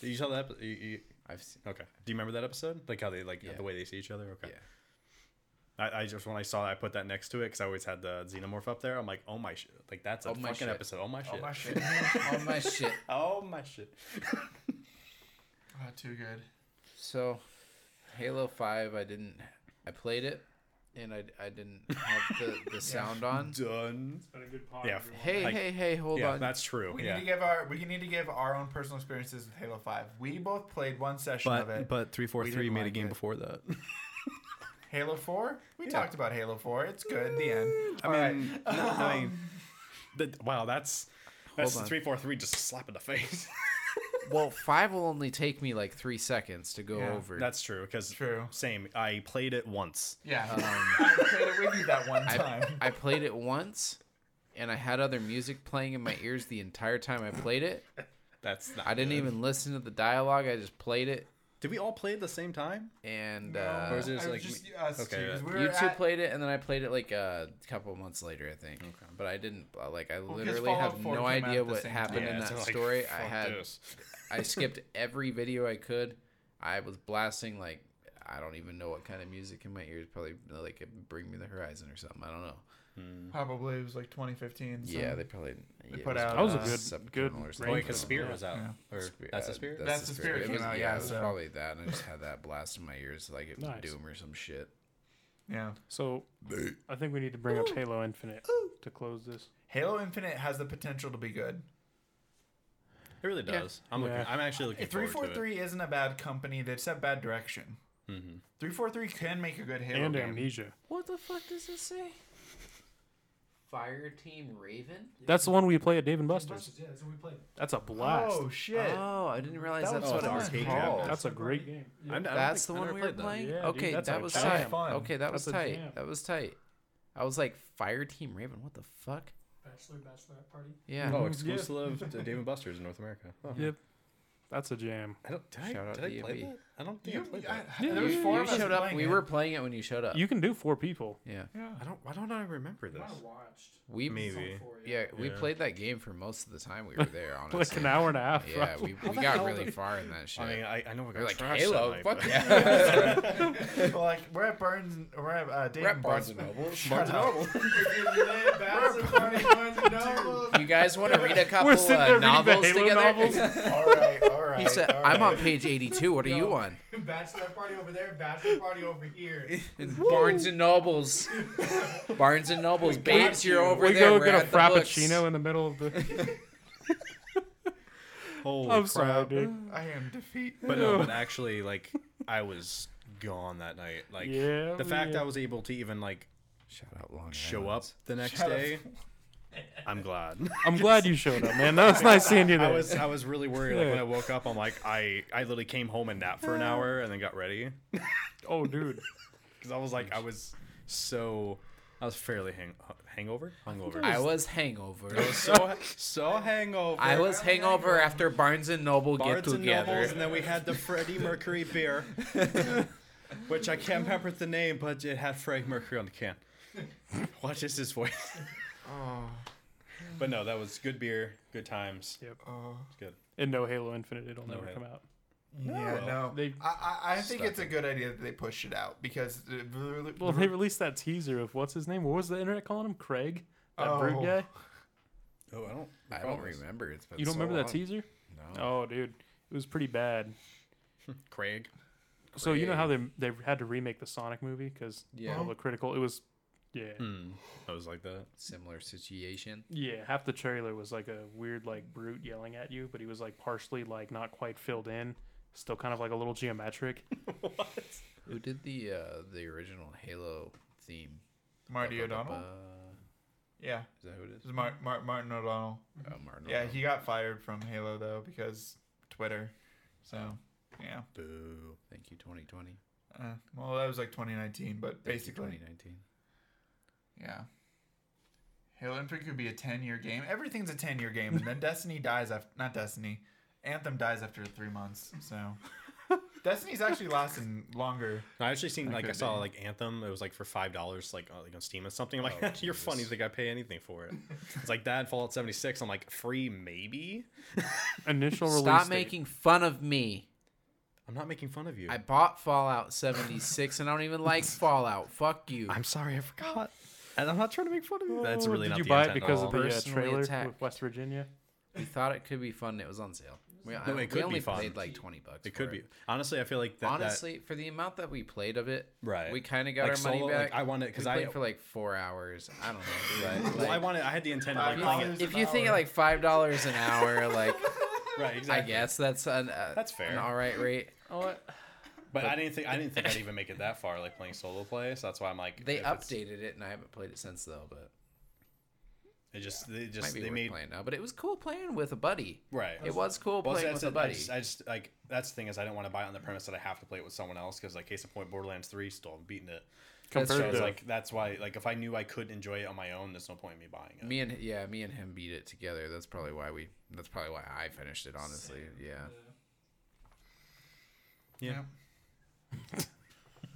You saw that? epi- You, you, I've seen. okay. Do you remember that episode? Like how they like Yeah. the way they see each other. Okay. Yeah. I, I just when I saw that, I put that next to it because I always had the xenomorph up there. I'm like, oh my shit! Like that's a Oh my fucking shit. episode. Oh my shit! Oh my shit! Oh my shit. Oh my shit! Oh, too good. So, Halo Five, I didn't. I played it, and I, I didn't have the, the sound on. Done. Been a good pod, Yeah. everyone. Hey, Like, hey, hey! Hold yeah, on. that's true. We yeah. need to give our we need to give our own personal experiences with Halo Five. We both played one session of it. but but three four We three didn't made a like game it. before that. Halo Four. We talked about Halo Four. It's good. The end. I mean, no, I mean, the, wow, that's that's Hold on. three four three just a slap in the face. Well, five will only take me like three seconds to go Yeah, over. that's true because True. Same. I played it once. Yeah. I played it with you that one time. I, I played it once, and I had other music playing in my ears the entire time I played it. That's not I didn't good. even listen to the dialogue. I just played it, Did we all play at the same time? and No, uh, is it just I was like just me- us okay, uh, two, 'cause that- we were you two at- played it, and then I played it like a couple months later, I think. But I didn't uh, like. I literally Fallout have 4 no came out idea at the what same happened time. in it's that like, story. I fuck had this. I skipped every video I could. I was blasting like I don't even know what kind of music in my ears. Probably like it Bring Me the Horizon or something. I don't know. Probably it was like 2015. So. yeah, they probably yeah, put it out, uh, That was a probably good- subcriminal good or Oh, something. range wait, Rainbow. because Spirit Yeah. was out. Or Spe- that's uh, the Spirit. That's the Spirit It came was, out, yeah, yeah, it was so- probably that, and I just had that blast in my ears like it was Nice. Doom or some shit. Yeah. So I think we need to bring up Halo Infinite to close this. Halo Infinite has the potential to be good. It really Yeah. does. I'm Yeah. looking. I'm actually looking Three four forward to it. three isn't a bad company. They just have bad direction. Three four three can make a good Halo and game. Amnesia. What the fuck does this say? Fire Team Raven. That's the one we play at Dave and Buster's. Yeah, that's what we played. That's a blast. Oh shit! Oh, I didn't realize That that's was what it fun. Oh, was Arcade called. cabinet. That's a great game. I'm- I don't think- That's the I one never we were played that. playing. Yeah, dude, okay, that's that a was jam. That was tight. fun. Okay, that was That's a tight. jam. That was tight. I was like, Fire Team Raven. What the fuck? Bachelor, bachelorette party. Yeah. Oh, exclusive to Dave and Buster's in North America. Huh. Yep. That's a jam. I don't. Did Shout I, out did I to E play EMB. that? I don't think You, I played I, that. there was you- four you of us showed up. playing We it. were playing it when you showed up. You can do four people. yeah. Yeah. I don't. Why don't I remember I this? watched. We Maybe. Yeah, we Yeah. played that game for most of the time we were there. Like Honestly. an hour and a half. Yeah, probably. we, we got really far in that shit. I mean, I, I know we we're got like trashed Halo. that night, Fuck but- yeah. well, like we're at Barnes. and- We're at uh, Dave We're at and Barnes Barnes. and Noble. Barnes Noble. You guys want to read a couple We're sitting there uh, reading the novels Halo together? novels. all right, all right. he said, all "I'm on right. page 82. What are you on?" Bachelor party over there, bachelor party over here. It's Barnes and Nobles. Barnes and Nobles, babes, you're over we there. go We're get a at the books. frappuccino in the middle of the. Holy I'm crap. sorry, dude. I am defeat. But no, but actually, like, I was gone that night. Like, Yeah, the fact yeah. I was able to even like Shout out Long show up the next Shut up. day, I'm glad. I'm glad you showed up, man. That was nice seeing you I there. was I was really worried. Like Yeah. when I woke up, I'm like, I I literally came home and napped for an hour and then got ready Oh, dude. because I was like, I was so I was fairly hang hangover hungover. I was hangover. I was so so hangover. I was hangover after Barnes and Noble Barnes get and Nobles, together. and then we had the Freddie Mercury beer. which I can't remember the name, but it had Frank Mercury on the can. What is his voice? Oh, But no, that was good beer, good times. Uh, oh. It's good. And no Halo Infinite, it'll never Halo. come out. yeah, well, no. they- I, I, I think Stuck it's a good idea that they pushed it out because. The, the- Well, they released that teaser of what's his name? What was the internet calling him? Craig, that bird Oh. guy. Oh, I don't. I recall don't this. remember. It's been You don't so remember that long. teaser? No. Oh, dude, it was pretty bad. Craig. So you know how they they had to remake the Sonic movie because Yeah. all the critical. It was, yeah, Hmm. I was like that. Similar situation. yeah. Half the trailer was like a weird like brute yelling at you, but he was like partially like not quite filled in, still kind of like a little geometric. Who did the uh, the original Halo theme? Marty O'Donnell? Ba-ba-ba-ba. Yeah. Is that who it is? It was Mar- Mar- Martin O'Donnell. Uh, Martin Yeah, O'Donnell. he got fired from Halo, though, because Twitter. So, yeah. Boo. Thank you, 2020. Uh, well, that was like 2019, but Thank basically. you, 2019. Yeah. Halo Infinite could be a 10 year game. Everything's a 10 year game. And then Destiny dies after. Not Destiny. Anthem dies after three months. So. Destiny's actually lasting longer. No, I actually seen That like I could saw be. like Anthem. It was like for five dollars, like, on- like on Steam and something. I'm like, Oh, you're Jesus. funny. You think I pay anything for it? It's like that and Fallout 76. I'm like, free maybe. Initial release. Stop date. making fun of me. I'm not making fun of you. I bought Fallout 76 and I don't even like Fallout. Fuck you. I'm sorry, I forgot. And I'm not trying to make fun of you. That's Oh, really Did not you the buy intent it at because of all. the uh, Personally trailer with attacked. West Virginia? we thought it could be fun. It was on sale. We, I- it we could be only fun. paid like 20 bucks. It for could be. Honestly, I feel like that. that- Honestly, for the amount that we played of it, Right. we kind of got Like our money solo, like, back. I want it- 'cause We I- played for like four hours. I don't know. Dude. well, I Like, wanted. I had the intent of like Five playing dollars. it. if you think at like five dollars an hour, like Right. I Exactly. guess that's an uh, That's fair. An all right rate. But I didn't think. I didn't think I'd even make it that far. Like playing solo play. So that's why I'm like. They if it's- updated it, and I haven't played it since though. But It just. They might just. be They worth made. playing now. But it was cool playing with a buddy. Right. It was cool Well, playing that's with it. a I, buddy. just, I just like that's the thing is I don't want to buy it on the premise that I have to play it with someone else because like case in point, Borderlands Three still haven't beaten it. That's So Compared it's to like that's why like if I knew I could enjoy it on my own, there's no point in me buying it. me and yeah, me and him beat it together. That's probably why we. That's probably why I finished it. Honestly, yeah. Yeah.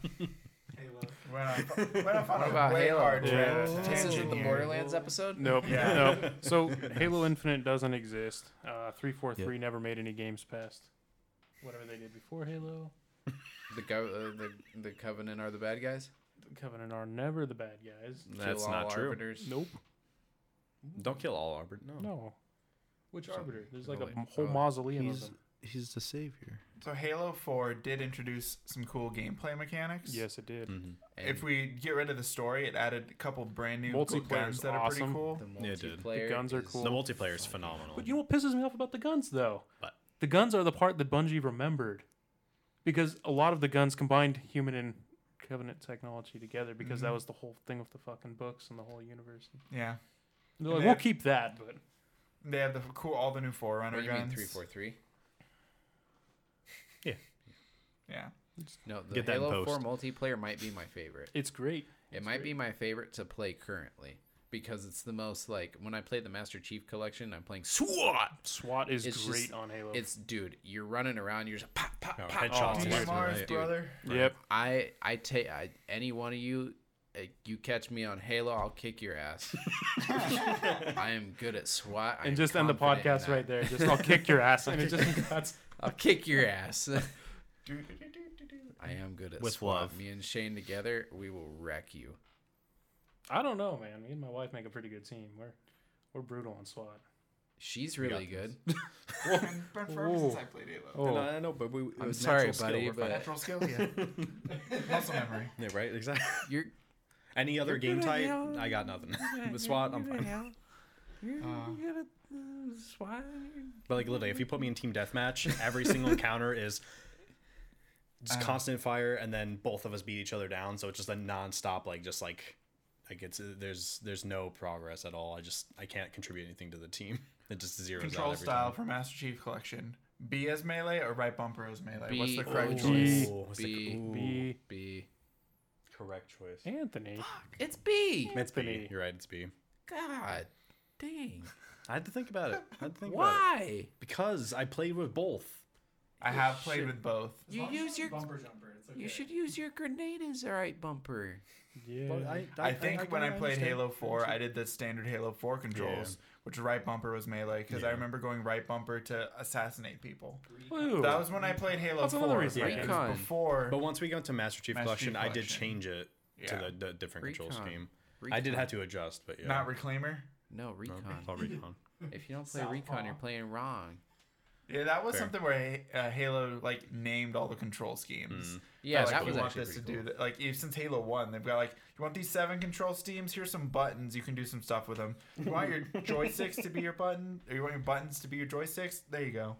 Halo. We're not, we're not What about way Halo? hard Yeah. tra- This isn't tangent the here. Borderlands episode. Nope. Yeah. Nope. So Halo Infinite doesn't exist. Uh, three four three Yep. never made any games past whatever they did before Halo. The go, uh, the the Covenant are the bad guys. The Covenant are never the bad guys. That's Kill all not true. arbiters. Nope. Don't kill all Arbor. No. No. Which arbiter? There's like a Really? m- whole Uh, Oh, mausoleum of them. He's the savior. So Halo 4 did introduce some cool gameplay mechanics. Yes, it Mm. did. Mm-hmm. And If we get rid of the story, it added a couple brand new Multiplayer's guns that are pretty awesome. cool. the Yeah, dude. The multiplayer, guns are is- cool. The multiplayer is phenomenal. But you know what pisses me off about the guns though? What? The guns are the part that Bungie remembered. Because a lot of the guns combined human and Covenant technology together because that was the whole thing with the fucking books and the whole universe. Yeah. And And they're like, they we'll have- keep that, but They have the f- cool, all the new Forerunner What do you guns. mean three four three? Yeah. No, the Get that in Halo Four post. multiplayer might be my favorite. it's great. It might be my favorite to play currently because it's the most like when I play the Master Chief Collection, I'm playing SWAT. SWAT is It's great just- on Oh. Halo. It's dude, you're running around, you're just pop pop No, pop. headshots is pop, pop. right. DMRs, Dude. brother. yep. I I take I, any one of you. uh, You catch me on Halo, I'll kick your ass. I am good at SWAT. I am And just end the confident in podcast that. right there. Just I'll kick your ass and it just that's I'll kick your ass. Do, do, do, do, do, do. I am good at With SWAT. love. Me and Shane together, we will wreck you. I don't know, man. Me and my wife make a pretty good team. We're we're brutal on SWAT. She's really good. It's been, been forever since I played Halo. Oh, I know, but we. it I'm was sorry, natural skill, buddy, we're fine. but Natural skill, yeah. Muscle memory. yeah, right, exactly. you're Any other game type, I got nothing. With SWAT, I'm fine. Uh, But like literally, if you put me in team deathmatch, every single encounter is Uh. just constant fire, and then both of us beat each other down. So it's just a nonstop, like just like like it's there's there's no progress at all. I just I can't contribute anything to the team. It just zeroes out Control every style time. for Master Chief Collection. B as melee or right bumper as melee? What's the B- correct oh, choice? G. Ooh, what's the- B. ooh, B B. correct choice. Anthony. It's B. It's B. Anthony. You're right. It's B. God dang. I had to think about it. I had to think about it Why? because I played with both. I Oh, have played with both. As You long as use not your- bumper jumper. It's okay. You should use your grenade as all right bumper. Yeah. But I, I think when I, can played understand. Halo 4, I did the standard Halo 4 controls, which right bumper was melee, because I Yeah. remember going right bumper to assassinate people. Ooh. That was when I played Halo That's 4. another reason right? I It was can't. before. But once we got to Master Chief Master Collection, Chief I did Collection. change it Yeah. to the, the different control Recon. scheme. I did Recon. have to adjust, but yeah. Not Reclaimer? No recon. No, it's all recon. If you don't play Southpaw. recon, you're playing wrong. Yeah, that was Fair. something where uh, Halo like named all the control schemes. Mm. Yeah, like, that you was want actually this to pretty do that. Like even since Halo One, they've got like you want these seven control schemes. Here's some buttons. You can do some stuff with them. You want your joysticks to be your button, or you want your buttons to be your joysticks? There you go.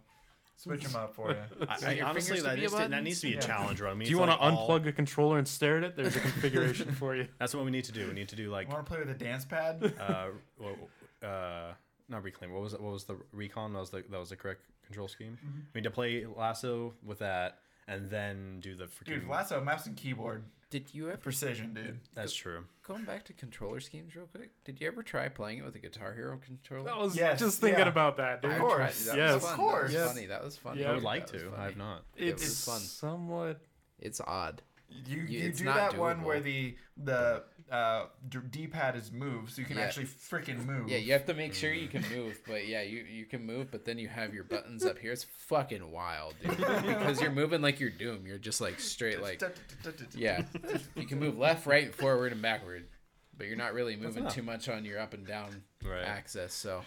Switch them up for you. I, So I, your honestly, fingers to that, be needs a to, that button? needs to be a Yeah. challenge. Right? I mean, Do you want to unplug a controller and stare at it? There's a configuration for you. That's what we need to do. We need to do like want to play with a dance pad? uh, what- uh, not reclaim. What was it? What was the recon? That was the that was the correct control scheme. Mm-hmm. We need to play lasso with that, and then do the freaking. Dude, lasso, mouse, and keyboard Did you ever precision, dude. That's true. going back to controller schemes real quick? Did you ever try playing it with a Guitar Hero controller? I was Yes, just thinking yeah. about that, dude. Of I course. tried- that was Oh, Yes. fun, Of that was course. Yes. funny. That was funny. Yeah. I I would like That was to. I have funny. not. It's was fun. somewhat. It's odd. You you, it's do not that one doable. where the the uh, D pad is moved, so you can Yeah. actually freaking move. Yeah, you have to make sure you can move, but yeah, you, you can move, but then you have your buttons up here. It's fucking wild, dude. Because you're moving like you're Doom. You're just like straight, like yeah. You can move left, right, forward, and backward, but you're not really moving enough. too much on your up and down Right. axis. So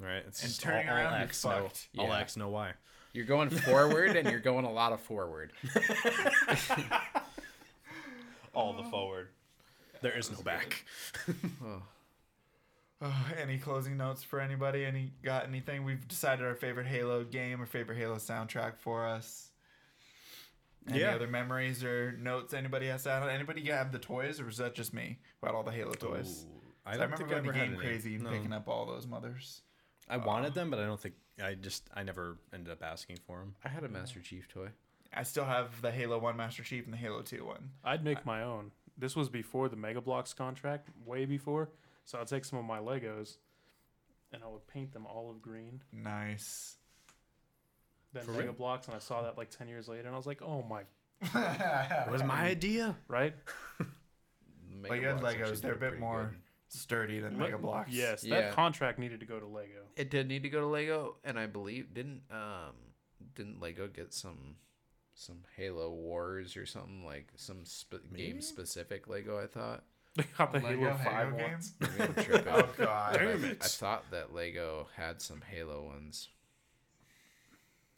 Right. It's And just turning all, all around, you're X, no, fucked. all Yeah. X, no Y. you're going forward, and you're going a lot of forward. All the forward. There is no back. Uh, any closing notes for anybody? Any got anything? We've decided our favorite Halo game or favorite Halo soundtrack for us. Any Yeah. other memories or notes anybody has to add on? Anybody have the toys, or was that just me about all the Halo toys? Ooh, 'Cause I, don't remember think I going to ever had Game any. Crazy and No. picking up all those mothers. I wanted them, but I don't think I just I never ended up asking for them. I had a Master Chief toy. I still have the Halo One Master Chief and the Halo Two one. I'd make my own. This was before the Mega Bloks contract, way before. So I'd take some of my Legos, and I would paint them olive green. Nice. Then For Mega real? Bloks, and I saw that like ten years later, and I was like, oh my, It was my idea. right? Mega But you had Blocks actually Legos. They're a were bit pretty more good. sturdy than Le- Mega Blocks. Yes, Yeah. that contract needed to go to Lego. It did need to go to Lego, and I believe didn't um didn't Lego get some some Halo Wars or something like some sp- game specific Lego? I thought. They got the Lego Halo Five Halo one. games. Maybe I'm tripping. Oh God. But I, thought that Lego had some Halo ones.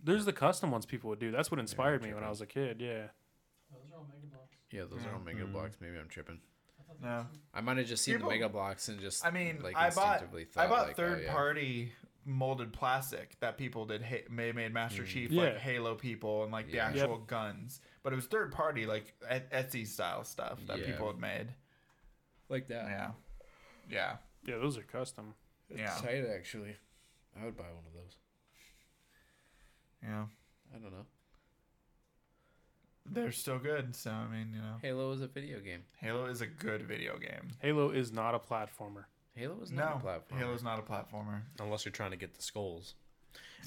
There's the custom ones people would do. That's what inspired me when I was a kid. Yeah. Those are all mega blocks. Yeah, those are all Mega Blocks. Maybe I'm tripping. I thought No. I might have just seen You're the both- Mega Blocks and just I mean, like I bought instinctively thought I bought like, oh, third yeah. party molded plastic that people did ha- made made Master Chief like Yeah. Halo people and like the Hmm. Yeah. Yep. actual guns, but it was third party like Et- Etsy style stuff that Yeah. people had made. like that. Yeah, yeah, Yeah, those are custom. yeah, Tight actually. I would buy one of those. yeah. I don't know. They're still good. So I mean, you know, Halo is a video game. Halo is a good video game. Halo is not a platformer. Halo is not No, a platform. Halo's not a platformer. Unless you're trying to get the skulls.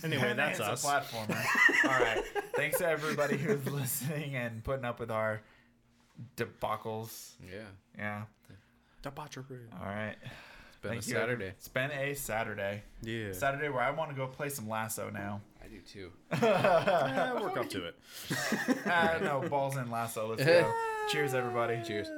Anyway, And that's it's us. a platformer. All right. Thanks to everybody who's listening and putting up with our debacles. Yeah. Yeah. Debauchery. All right. It's been a Thank you. Saturday. It's been a Saturday. Yeah. Saturday where I want to go play some lasso now. I do too. Eh, work up to it. Uh, I don't know, balls and lasso. Let's go. Cheers, everybody. Cheers.